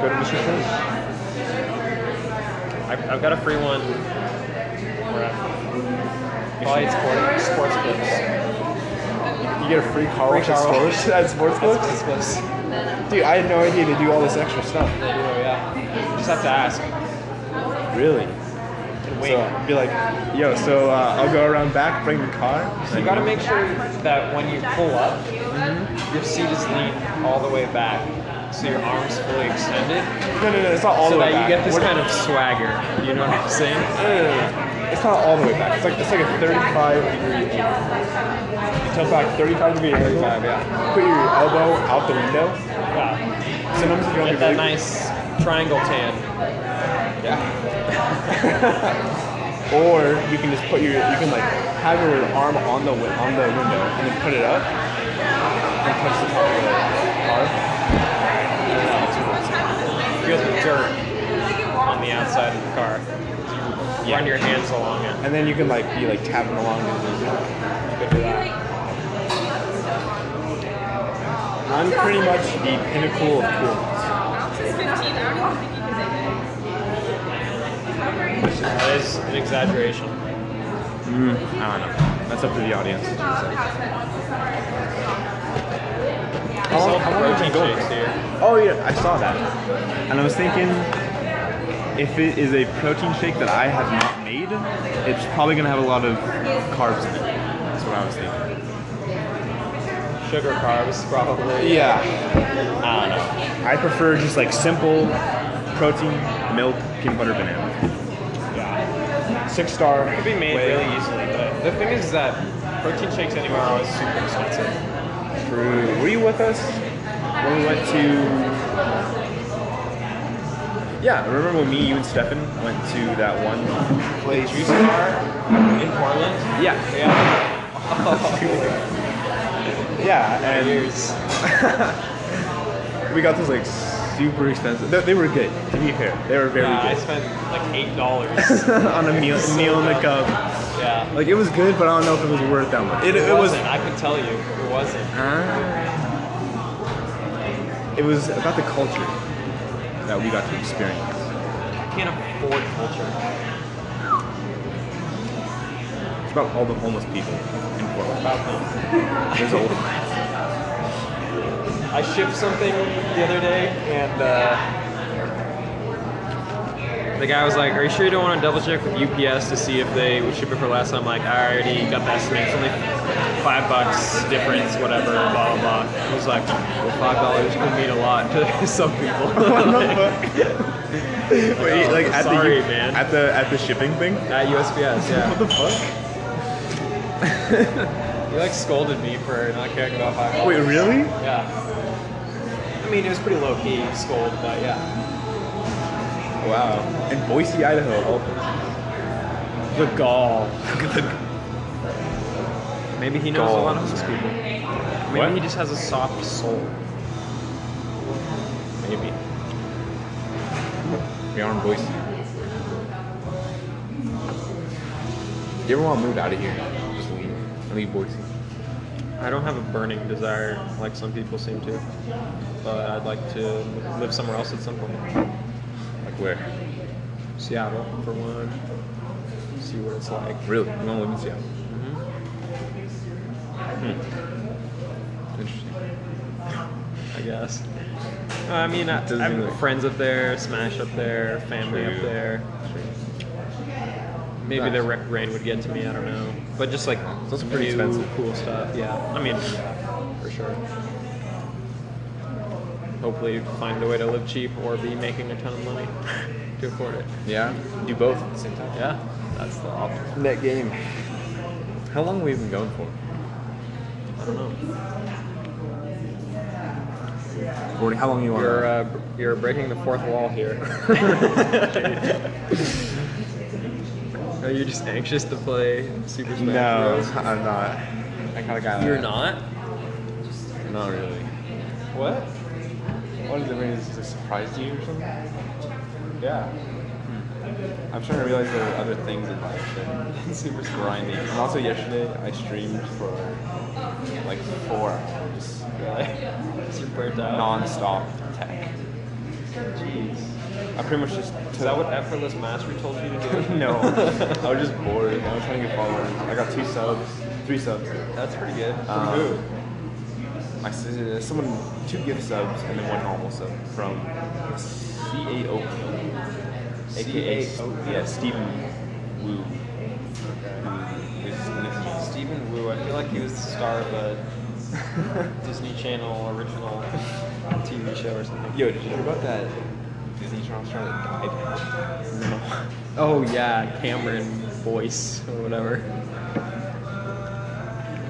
B: Go to Mr. Clean.
A: I've, I've got a free one. Where I'm- Probably at sport, sports clips.
B: You get a free car
A: Free
B: wash
A: car
B: at
A: wash.
B: sports, at sports books?
A: Sports clips.
B: Dude, I had no idea they do all this extra stuff.
A: They do, yeah. You just have to ask.
B: Really?
A: And wait.
B: So I'd be like, yo, so uh, I'll go around back, bring the car.
A: you gotta make sure that when you pull up, your seat is leaned all the way back. So your arm's fully extended.
B: No, no, no, it's not all
A: so
B: the way
A: that
B: back.
A: you get this
B: We're-
A: kind of swagger. You know what I'm saying?
B: No, no, no, no. It's not all the way back. It's like it's like a 35 degree angle. You tilt back 35 degree angle. yeah. Put your elbow out the window.
A: Yeah.
B: Sometimes if you want to be
A: Get that
B: really,
A: nice triangle tan.
B: or you can just put your you can like have your arm on the wi- on the window and then put it up and touch the top of the car.
A: Feel the dirt on the outside of the car. You run your hands along it.
B: And then you can like be like tapping along with the music. You could do that. I'm pretty much the pinnacle of coolness.
A: That is an exaggeration.
B: I don't know. That's up to the audience. to decide.
A: I
B: long-
A: sell
B: how long have you been
A: protein
B: going?
A: shakes here.
B: Oh yeah, I saw that, and I was thinking, if it is a protein shake that I have not made, it's probably gonna have a lot of carbs in it. That's what I was thinking.
A: Sugar carbs, probably.
B: Yeah. I don't know. I prefer just like simple protein, milk, peanut butter, banana.
A: Yeah.
B: Six star.
A: Could be made
B: whey.
A: really easily, but the thing is that protein shakes anywhere are always super expensive.
B: True. Were you with us when we went to? Yeah, remember when me, you, and Stefan went to that one place?
A: Juice bar in Portland?
B: Yeah,
A: Yeah.
B: yeah, and
A: Years.
B: we got those like super expensive. They, they were good, to be fair. They were very
A: Yeah, I spent like eight dollars.
B: good. On a meal,
A: So
B: meal in the
A: dumb.
B: cup.
A: yeah.
B: Like it was good, but I don't know if it was worth that much. It, it, was.
A: wasn't, I could tell you, it wasn't.
B: It was about the culture that we got to experience.
A: I can't afford culture.
B: It's about all the homeless people in Portland.
A: About them.
B: There's a
A: I shipped something the other day, and uh, the guy was like, "Are you sure you don't want to double check with UPS to see if they would ship it for less?" I'm like, "I already got that estimate. It's only five bucks difference, whatever." Blah blah. blah. I was like, "Well, five dollars could mean a lot to some people."
B: Wait,
A: Oh,
B: like at
A: sorry,
B: the
A: man.
B: at the at the shipping thing.
A: At USPS, yeah.
B: What the fuck?
A: He like scolded me for not caring about five dollars.
B: Wait, really?
A: Yeah. I mean, it was pretty low key scold, but yeah.
B: Wow. In Boise, Idaho. of all places.
A: The gall. Maybe he knows
C: Gall.
A: a lot of those people. Maybe
B: What?
A: he just has a soft soul.
B: Maybe. We are in Boise. You ever want to move out of here? Just leave. And leave Boise.
A: I don't have a burning desire like some people seem to, but I'd like to live somewhere else at some point.
B: Like where?
A: Seattle, for one. See what it's like. Mm-hmm.
B: Really? You want to live in Seattle? Hmm. Interesting.
A: I guess. I mean, I,
B: Doesn't
A: I have
B: seem like-
A: friends up there, Smash up there, family
B: True.
A: up there. Maybe
B: Nice.
A: the rec rain would get to me. I don't know. But just like
B: It's also pretty
A: new,
B: expensive.
A: cool stuff. Yeah, I mean, yeah, for sure. Hopefully, find a way to live cheap or be making a ton of money to afford it.
B: Yeah? Do both at the same time.
A: Yeah, that's the option.
B: That game. How long have we been going for?
A: I don't know.
B: Forty. How long you
A: You're uh, b- you're breaking the fourth wall here.
B: uh,
A: Are you just anxious to play Super Smash
B: no,
A: Bros?
B: I'm not. I kind of got
A: You're not.
B: Not really.
A: What?
B: What is it? Maybe it's a surprise to you or something? Yeah. I'm trying to realize there are other things in life that super grinding. And also yesterday I streamed for like four hours.
A: Is your bird out?
B: Non-stop tech.
A: Jeez.
B: I pretty much just
A: Is
B: took
A: that what effortless mastery told you to do?
B: No. I was just bored. I was trying to get followers. I got two subs, three subs.
A: That's pretty good. From
B: Um,
A: who?
B: My sister, someone, two gift subs and then one normal sub from CAO. AKA,
A: CAO.
B: yeah, Stephen Wu. Who is next to me.
A: Stephen Wu. I feel like he was the star of a Disney Channel original TV show or something.
B: Yo, did you hear about that Disney Channel star that died? No.
A: Oh yeah, Cameron Boyce or whatever.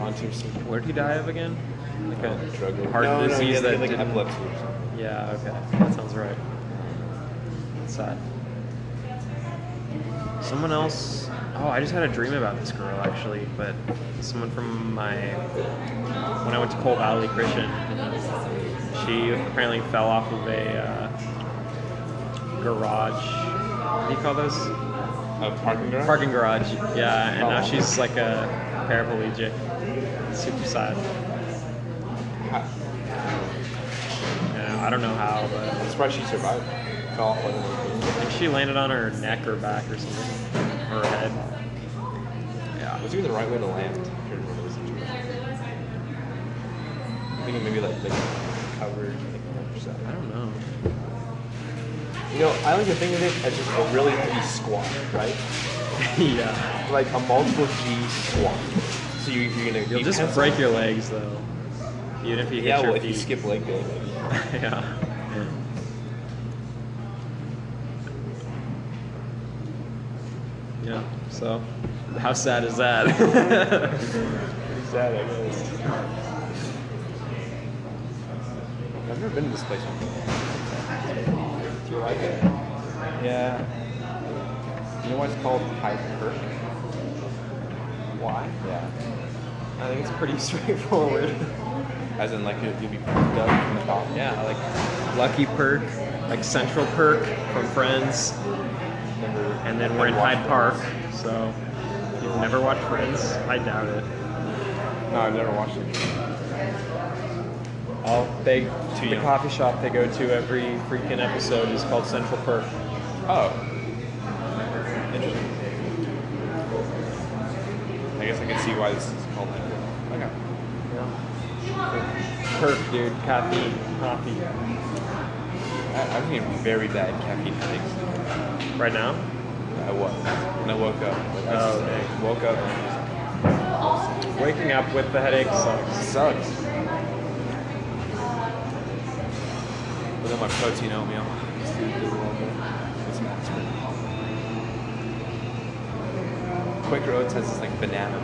B: On to some
A: Where did he die of again? Like a
B: drug or-
A: heart
B: No, no, he
A: disease
B: had- he had,
A: that
B: like
A: didn't-
B: epilepsy or something.
A: Yeah. Okay. That sounds right. That's sad. Someone else. Oh, I just had a dream about this girl actually, but someone from my when I went to Coal Valley Christian, she apparently fell off of a uh, garage. What do you call those?
B: A parking garage?
A: Parking garage. Yeah, and now
B: Oh.
A: she's like a paraplegic. Super sad.
B: Ha-
A: Yeah, I don't know how, but
B: I'm surprised she survived. Fell off like a
A: I think she landed on her neck or back or something, or her head. Yeah.
B: What's even the right way to land? I can't remember the situation. I'm thinking maybe like like covered like on your
A: I
B: side.
A: don't know.
B: You know, I like to think of it as just a really heavy squat, right?
A: yeah.
B: Like a multiple G squat. So you, you're gonna
A: You'll
B: you
A: just
B: pencil-
A: break your legs though, even if you hit
B: Yeah,
A: your
B: well, if
A: feet.
B: you skip leg day, maybe.
A: yeah. Yeah. So, how sad is that?
B: Pretty sad, I guess. I've never been to this place before. Do you like it? Yeah. You know why it's called Hyde Park? Why? Yeah.
A: I think it's pretty straightforward.
B: As in, like, you'll, you'll be perked up from the top.
A: Yeah, like Lucky Perk, like Central Perk from Friends,
B: Never,
A: and then we're in
B: watched
A: Hyde Park. So, if you've never watched Friends? I doubt it.
B: it. No, I've never watched it.
A: Oh, they
B: Too
A: the
B: young.
A: coffee shop they go to every freaking episode is called Central Perk.
B: Oh. Interesting. I guess I can see why this is called Hyde Park. Okay.
A: Yeah. Perk, dude, caffeine, coffee.
B: I I, I'm getting very bad caffeine headaches.
A: Right now?
B: I was when I woke up. Like, I just
A: Oh, okay.
B: woke up. and
A: Waking up with the headache
B: it
A: sucks.
B: Sucks. But then my protein oatmeal. Just do a little bit. It's not sweet. Quaker Oats has this like banana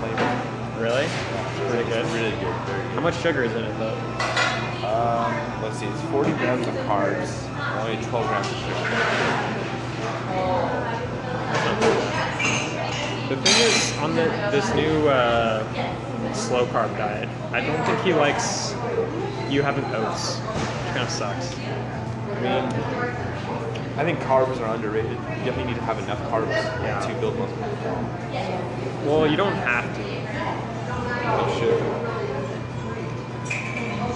B: flavor.
A: Really? Pretty
B: It's
A: good.
B: really good. Very good.
A: How much sugar is in it though?
B: Um, let's see, it's 40 grams of carbs, only 12 grams of sugar.
A: The thing is, on the, this new uh, slow carb diet, I don't think he likes you having oats, which kind of sucks.
B: I mean, I think carbs are underrated. You definitely need to have enough carbs
A: Yeah.
B: to build muscle.
A: Well, you don't have to.
B: Oh, shit.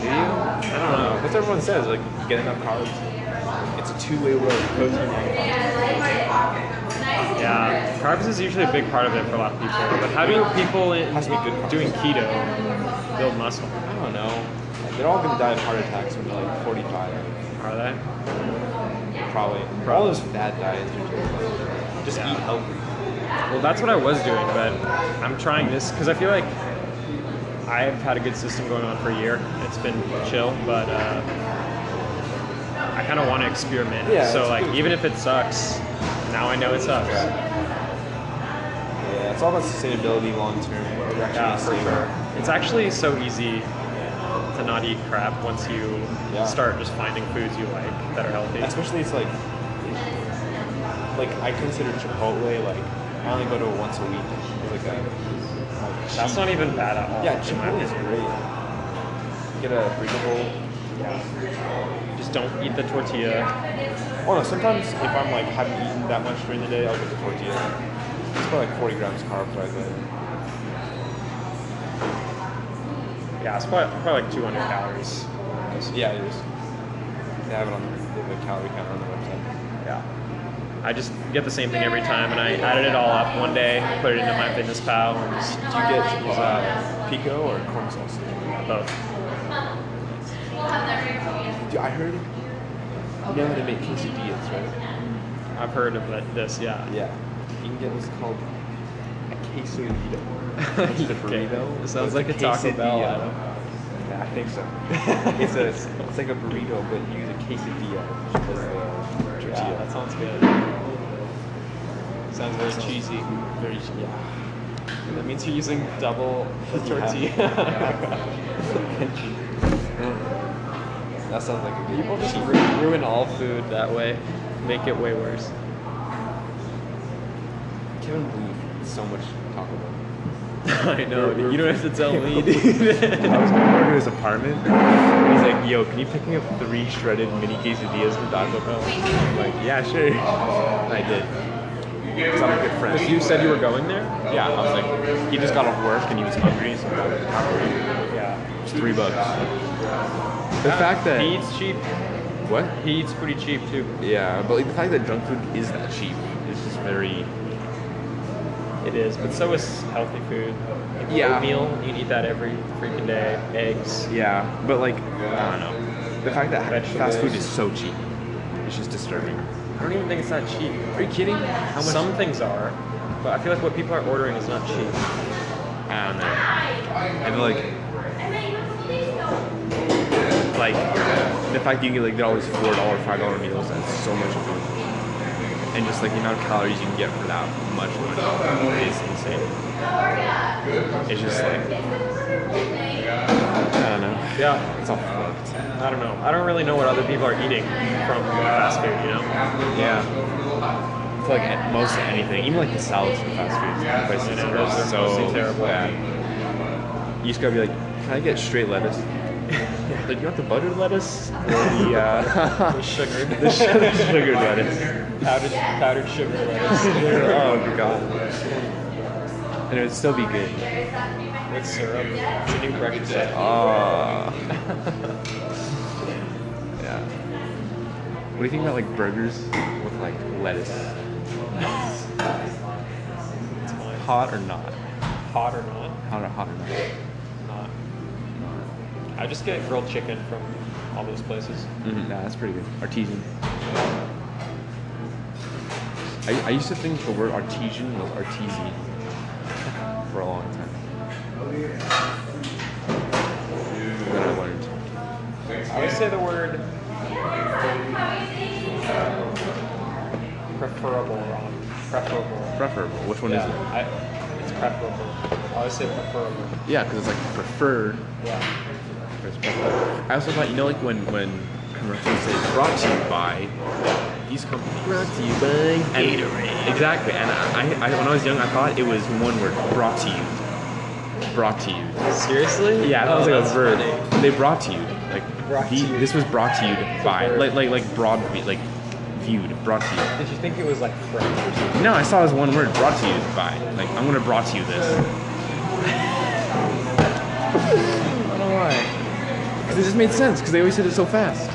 B: Do you?
A: I don't know.
B: That's what everyone says, like, get enough carbs. It's a two-way road, protein and
A: Yeah, carbs is usually a big part of it for a lot of people. But how do people in,
B: Has to be good carbs.
A: doing keto build muscle?
B: I don't know. They're all gonna die of heart attacks when they're like 45.
A: Are they?
B: Probably. All those fad diets are terrible. Just
A: Yeah.
B: eat healthy.
A: Well, that's what I was doing, but I'm trying this because I feel like I've had a good system going on for a year. It's been chill, but uh, I kind of want to experiment.
B: Yeah,
A: so
B: it's
A: like,
B: good.
A: even if it sucks, now I know it sucks.
B: Yeah, it's all about sustainability long term.
A: Yeah, for sure. It's actually so easy to not eat crap once you
B: Yeah.
A: start just finding foods you like that are healthy.
B: Especially it's like, like I consider Chipotle like I only go to it once a week. It's like a, like
A: That's not even bad at all.
B: yeah,
A: in my
B: Chipotle is
A: opinion.
B: great. Get a burrito bowl.
A: Just don't eat the tortilla.
B: Oh no, sometimes if I'm like haven't eaten that much during the day, I'll get the tortilla. It's probably like 40 grams carbs right there.
A: Yeah, it's probably, probably like 200 calories.
B: Yeah, it is. They have it on the, they have a calorie counter on the website.
A: Yeah. I just get the same thing every time, and I added it all up one day, put it into my fitness pal, and just
B: Do you get uh, pico or corn salsa?
A: both.
B: Dude, I heard you know how to make quesadillas, right?
A: I've heard of it, this, yeah.
B: Yeah. You can get what's called a quesadilla. Which is a
A: Okay.
B: burrito.
A: It sounds
B: but
A: like a
B: it's
A: Taco Bell,
B: quesadilla.
A: Adam.
B: Yeah, I think so. it's a, it's like a burrito, but you use a quesadilla as the tortilla.
A: Yeah, that sounds good. Sounds very cheesy. Very yeah. That means you're using double the tortilla.
B: That sounds like a good
A: People just ru- ruin all food that way, make it way worse.
B: I can't believe so much Taco Bell.
A: I know. You don't have to tell me, dude.
B: I was going over to his apartment. and He's like, yo, can you pick me up three shredded mini quesadillas from Taco Bell? I'm like, yeah, sure. And I did. 'Cause I'm a good friend.
A: you said you were going there.
B: Yeah, I was like, he just got off work and he was hungry, so I was like, "Taco
A: Yeah.
B: Bell." it's three bucks. The fact that
A: he eats Uh, cheap.
B: what?
A: He eats pretty cheap too.
B: Yeah, but like the fact that junk food is that cheap is just very.
A: It is, but so is healthy food. Like
B: Yeah.
A: Oatmeal, you can eat that every freaking day. Eggs.
B: Yeah, but like I don't know. The fact that
A: Vegetables.
B: fast food is so cheap, it's just disturbing.
A: I don't even think it's that cheap.
B: Are you kidding? How much?
A: Some things are, but I feel like what people are ordering is not cheap.
B: I don't know. I feel like. Like the fact you can get like they're always four dollar, five dollar meals. That's so much food, and just like the amount of calories you can get for that much money is insane. It's just like I don't know.
A: Yeah.
B: It's all fucked.
A: I don't know. I don't really know what other people are eating from fast food, you know?
B: Yeah. It's like at most anything, even like the salads from fast food places
A: Yeah,
B: are
A: those are
B: so
A: mostly terrible.
B: bad. You just gotta be like, can I get straight lettuce? like you want the buttered lettuce or the uh,
A: The sugar.
B: the sugar- sugared lettuce?
A: powdered, powdered sugar lettuce
B: oh god. And it would still be good.
A: with syrup. It's a new breakfast. item.
B: Ah. yeah. What do you think about like burgers with like lettuce?
A: It's fine.
B: Hot or not?
A: Hot or not?
B: Hot or hot or not?
A: Not. I just get grilled chicken from all those places.
D: Mhm.
B: Nah, that's pretty good. Mm-hmm. Artesian. I, I used to think the word artesian was artesian for a long time. Then I learned.
A: I would say the word preferable, Rob. Preferable.
B: Preferable. Which one is
A: I, it's preferable. I would say preferable.
B: it? Yeah, because it's like prefer.
A: Yeah.
B: versus preferable. I also thought, you know, like when, when commercials say brought to you by these companies. Brought to you by Gatorade. Exactly. And I, I, when I was young, I thought it was one word brought to you. Brought to you.
A: Seriously?
B: Yeah, that
A: oh,
B: was like
A: that's
B: a verb.
A: funny.
B: They brought to you, like
A: Brought
B: the-
A: to you.
B: this was brought to you by,
A: verb.
B: like like like broad, vi- like viewed, brought to you.
A: Did you think it was like French or something?
B: No, I saw this one word, brought to you by. Like I'm gonna brought to you this.
A: I don't know why.
B: Cause it just made sense. Cause they always said it so fast.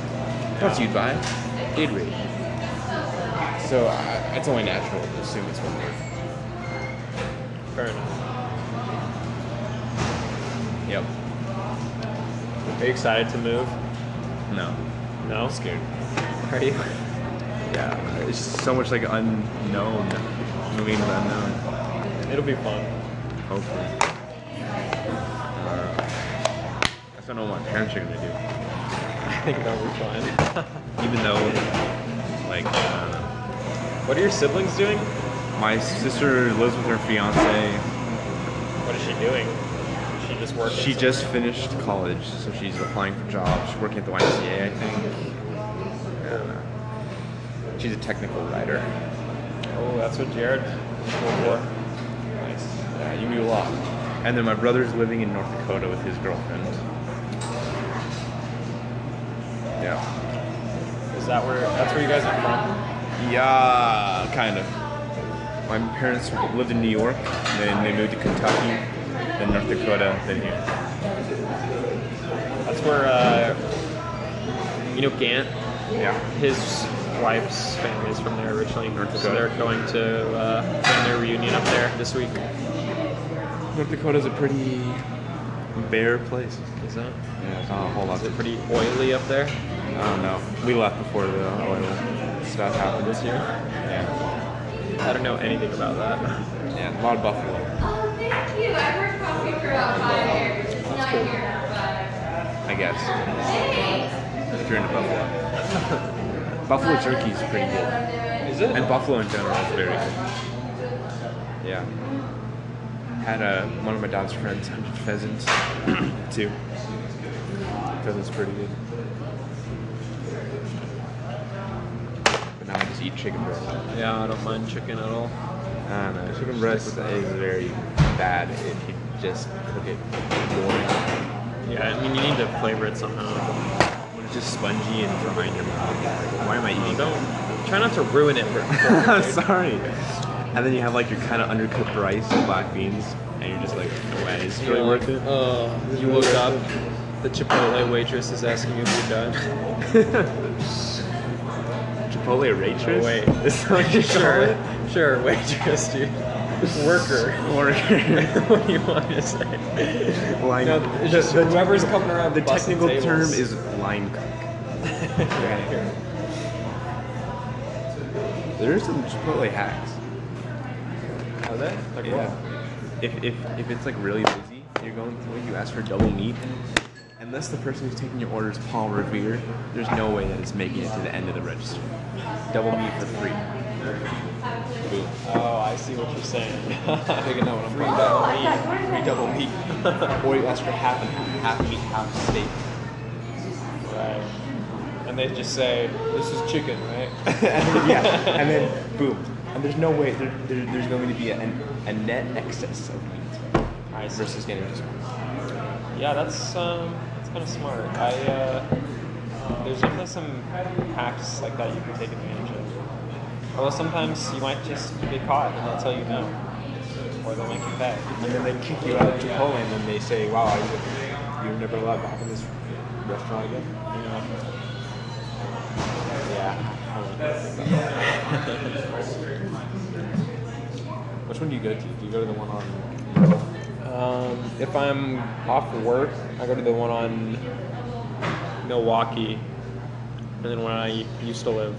B: Brought to you by Gatorade. So uh, it's only natural to assume it's one word.
A: Fair enough.
B: Yep.
A: Are you excited to move?
B: No.
A: No.
B: Scared.
A: Are you?
B: Yeah. It's just so much like unknown. Moving to the unknown.
A: It'll be fun.
B: Hopefully. Uh, I don't know what my parents are gonna do.
A: I think that'll be fun.
B: even though like uh,
A: What are your siblings doing?
B: my sister lives with her fiance
A: What is she doing? Is she just working?
B: she just finished college so she's applying for jobs she's working at the ymca i think and, uh, she's a technical writer
A: Oh, that's what Jared is for. Nice.
B: yeah you knew a lot and then my brother's living in north dakota with his girlfriend yeah
A: Is that where? That's where you guys are from?
B: yeah kind of my parents lived in new york then they moved to kentucky then north dakota then here
A: That's where. Uh, you know Gant,
B: yeah
A: his wife's family is from there originally,
B: North
A: so
B: Dakota.
A: they're going to uh, family reunion up there this week.
B: North Dakota's a pretty bare place.
A: Is that?
B: Yeah, not a whole lot
A: Is
B: to
A: it pretty oily up there
B: I don't know. We left before the oil stuff happened.
A: this year?
B: Yeah.
A: I don't know anything about that.
B: Yeah, a lot of buffalo,
E: Oh, thank you. I ordered coffee for about five years. It's not here,
B: I guess.
E: but hey.
B: If you're into buffalo. buffalo jerky's pretty good.
A: Is it?
B: And buffalo in general is very good. Yeah. Had a, one of my dad's friends hunted pheasants too. Pheasant's pretty good. But now I just eat chicken breast.
A: Yeah, I don't mind chicken at all.
B: I don't know. Chicken breast is very bad if you just cook it boring.
A: Yeah, I mean you need to flavor it somehow.
B: When it's just spongy and dry in your mouth, you're like, why am I eating that?
A: Don't try not to ruin it for
B: I'm sorry. And then you have like your kind of undercooked rice and black beans, and you're just like, oh, that is really worth it.
A: Oh, you woke up. The Chipotle waitress is asking you if you're done.
B: Chipotle waitress?
A: wait.
B: Is that what you call it?
A: sure, waitress, dude. Worker.
B: Or
A: what do you want to say?
B: line.
A: No, it's just
B: the-
A: whoever's coming around.
B: Uh, The
A: busting
B: technical
A: tables.
B: term is line cook. There's some Chipotle hacks.
A: Are they? Like
B: Yeah. If, if, if it's like really busy, you're going through it, you ask for double meat. Unless the person who's taking your order is Paul Revere, there's no way that it's making it to the end of the register. Double meat for free. Boom.
A: what? Oh, I see what you're saying. Picking out what I'm
E: Oh,
A: about.
E: I got one of
B: Free
E: those.
B: double meat. or you ask for half and half, half meat, half steak.
A: Right. And they just say, "This is chicken, right?"
B: and then, yeah, and then boom. And there's no way, there, there, there's going to be a, a net excess of meat
A: I see.
B: versus getting just one.
A: Yeah, that's um, that's kind of smart. I uh, there's definitely some hacks like that you can take advantage of. Although sometimes you might just get caught and they'll tell you no, or they'll make you pay.
F: And then they kick you out of Chipotle, and then they say, "Wow, I, you're never allowed back in this restaurant again."
A: You know,
F: Yeah. I don't know. Which one do you go to? Do you go to the one on?
A: Um, if I'm off work, I go to the one on Milwaukee, and then when I used to live,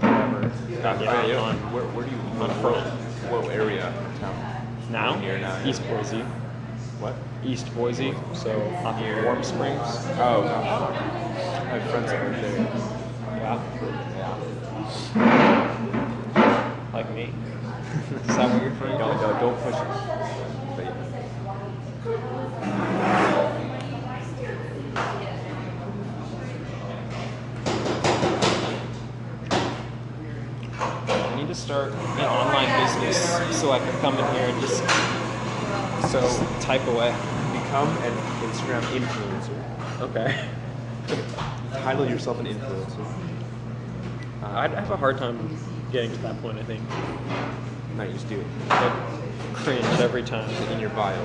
A: whatever, back
B: Yeah,
A: out
B: yeah.
A: on
B: Where, where do you
A: on
B: live?
A: Pearl.
B: What area? of Town.
A: now,
B: Near now, yeah.
A: East Boise,
B: What?
A: East Boise, so off of Warm Springs.
B: Oh, no. I have friends that live there.
A: Yeah,
B: Yeah.
A: like me. Is that what you're trying
B: Don't,
A: to
B: don't, don't push it. But yeah.
A: do? I need to start an online business so I can come in here and just
B: So
A: just type away.
B: become an Instagram influencer.
A: Okay.
B: Title yourself an influencer.
A: Uh, I'd have a hard time getting to that point. I think.
B: No, you just do it
A: I cringe every time.
B: in your bio.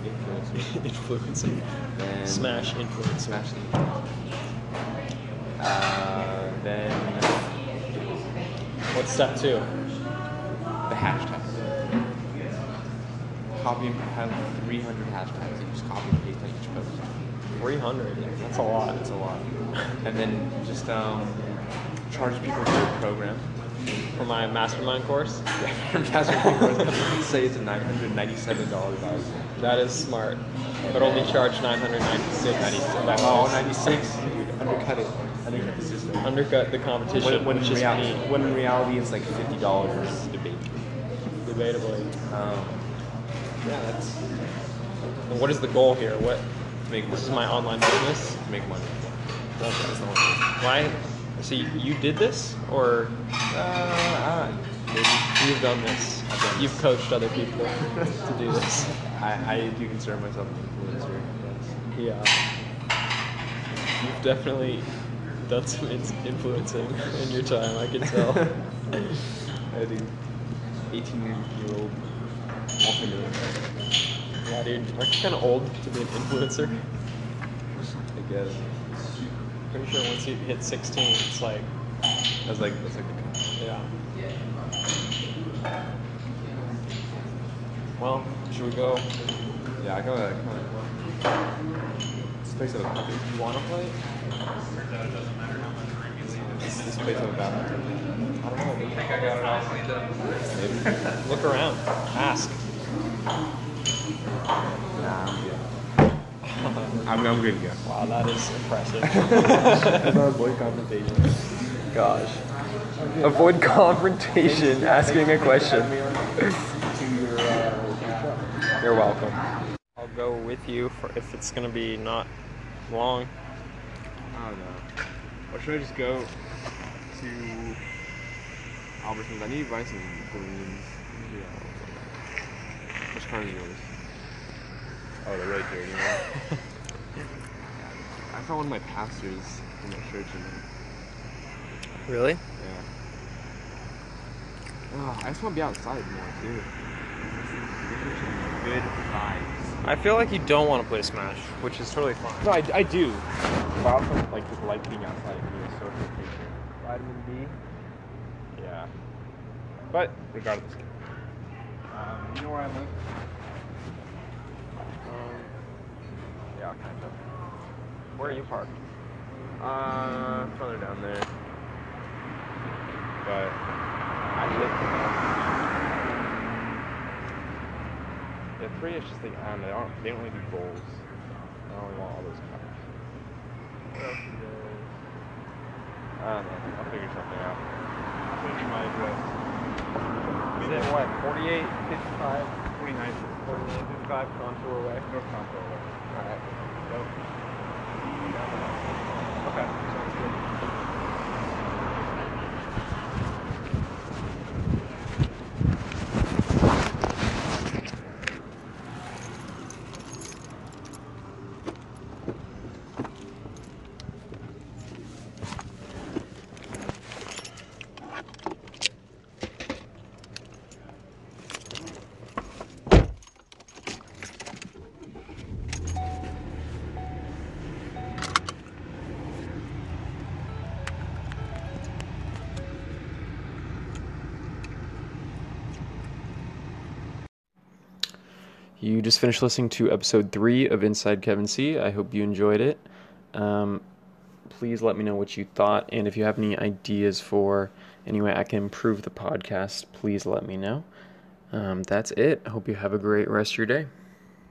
B: Influencer.
A: influencer.
B: Then
A: Smash influencer.
B: Smash the. Uh, then
A: What's step two?
B: the hashtags. Copy and have 300 hashtags and just copy and paste on each post.
A: 300. That's a lot.
B: That's a lot. And then just um, charge people for your program.
A: For my mastermind course,
B: That's what people are- say it's a $997 value.
A: that is smart. But only charge 996.
B: Oh, 96 You undercut it. Undercut the system.
A: Undercut the competition,
B: When, when,
A: which
B: in
A: is
B: reality,
A: me,
B: when in reality it's like $50 versus debate.
A: debatably.
B: Um, yeah, that's
A: And what is the goal here? What?
B: to make
A: This is
B: money.
A: my online business.
B: To make money. That's, that's the whole thing.
A: Why? So you, you did this, or
B: Uh, I, maybe
A: you've done this?
B: I've done
A: You've coached other people to do this.
B: I, I do consider myself an influencer. yes.
A: Yeah. You've definitely done some in- influencing in your time, I can tell.
B: I do. 18 year old entrepreneur,
A: yeah, dude, aren't you kind of old to be an influencer?
B: I guess.
A: Pretty sure once you hit 16, it's like,
B: That's like that's like the cut.
A: yeah. Well, should we go?
B: Yeah, I kinda kinda this place have a bathroom.
A: You want to play?
B: This, this place have a bathroom.
A: I don't know. dude.
B: Maybe.
A: Look around. Ask.
B: nah, I'm good. I'm, I'm good to go.
A: Wow, that is impressive.
B: That's not a boy confrontation.
C: Gosh. Avoid confrontation, asking a question. You're welcome.
A: I'll go with you for if it's gonna be not long.
B: I don't know. Or should I just go to Albertsons? I need to buy some greens. Yeah. Which car is yours? Oh, they're right here. You know? I found one of my pastors in that church. And,
A: Really?
B: yeah. Ugh, I just want to be outside more too. Good vibes.
A: I feel like you don't want to play Smash, which is totally fine.
B: No, I, I do. But I also like just like being outside and being a social creature.
A: Vitamin B.
B: Yeah. But regardless. Um, you know where I live? Um, yeah, kind of.
A: Where are you parked?
B: Uh, further down there. But I live. The three is just like I don't know. They, don't, they only do bowls. I don't want all those cars. I don't know. I'll figure something out. I'll figure my address.
A: Is it what, 48, 55,
B: 49
A: 48, 55 contour way?
B: North Concord.
A: Alright.
B: Okay. Sounds good.
C: You just finished listening to episode three of Inside Kevin C. I hope you enjoyed it. Um, please let me know what you thought. And if you have any ideas for any way I can improve the podcast, please let me know. Um, that's it. I hope you have a great rest of your day.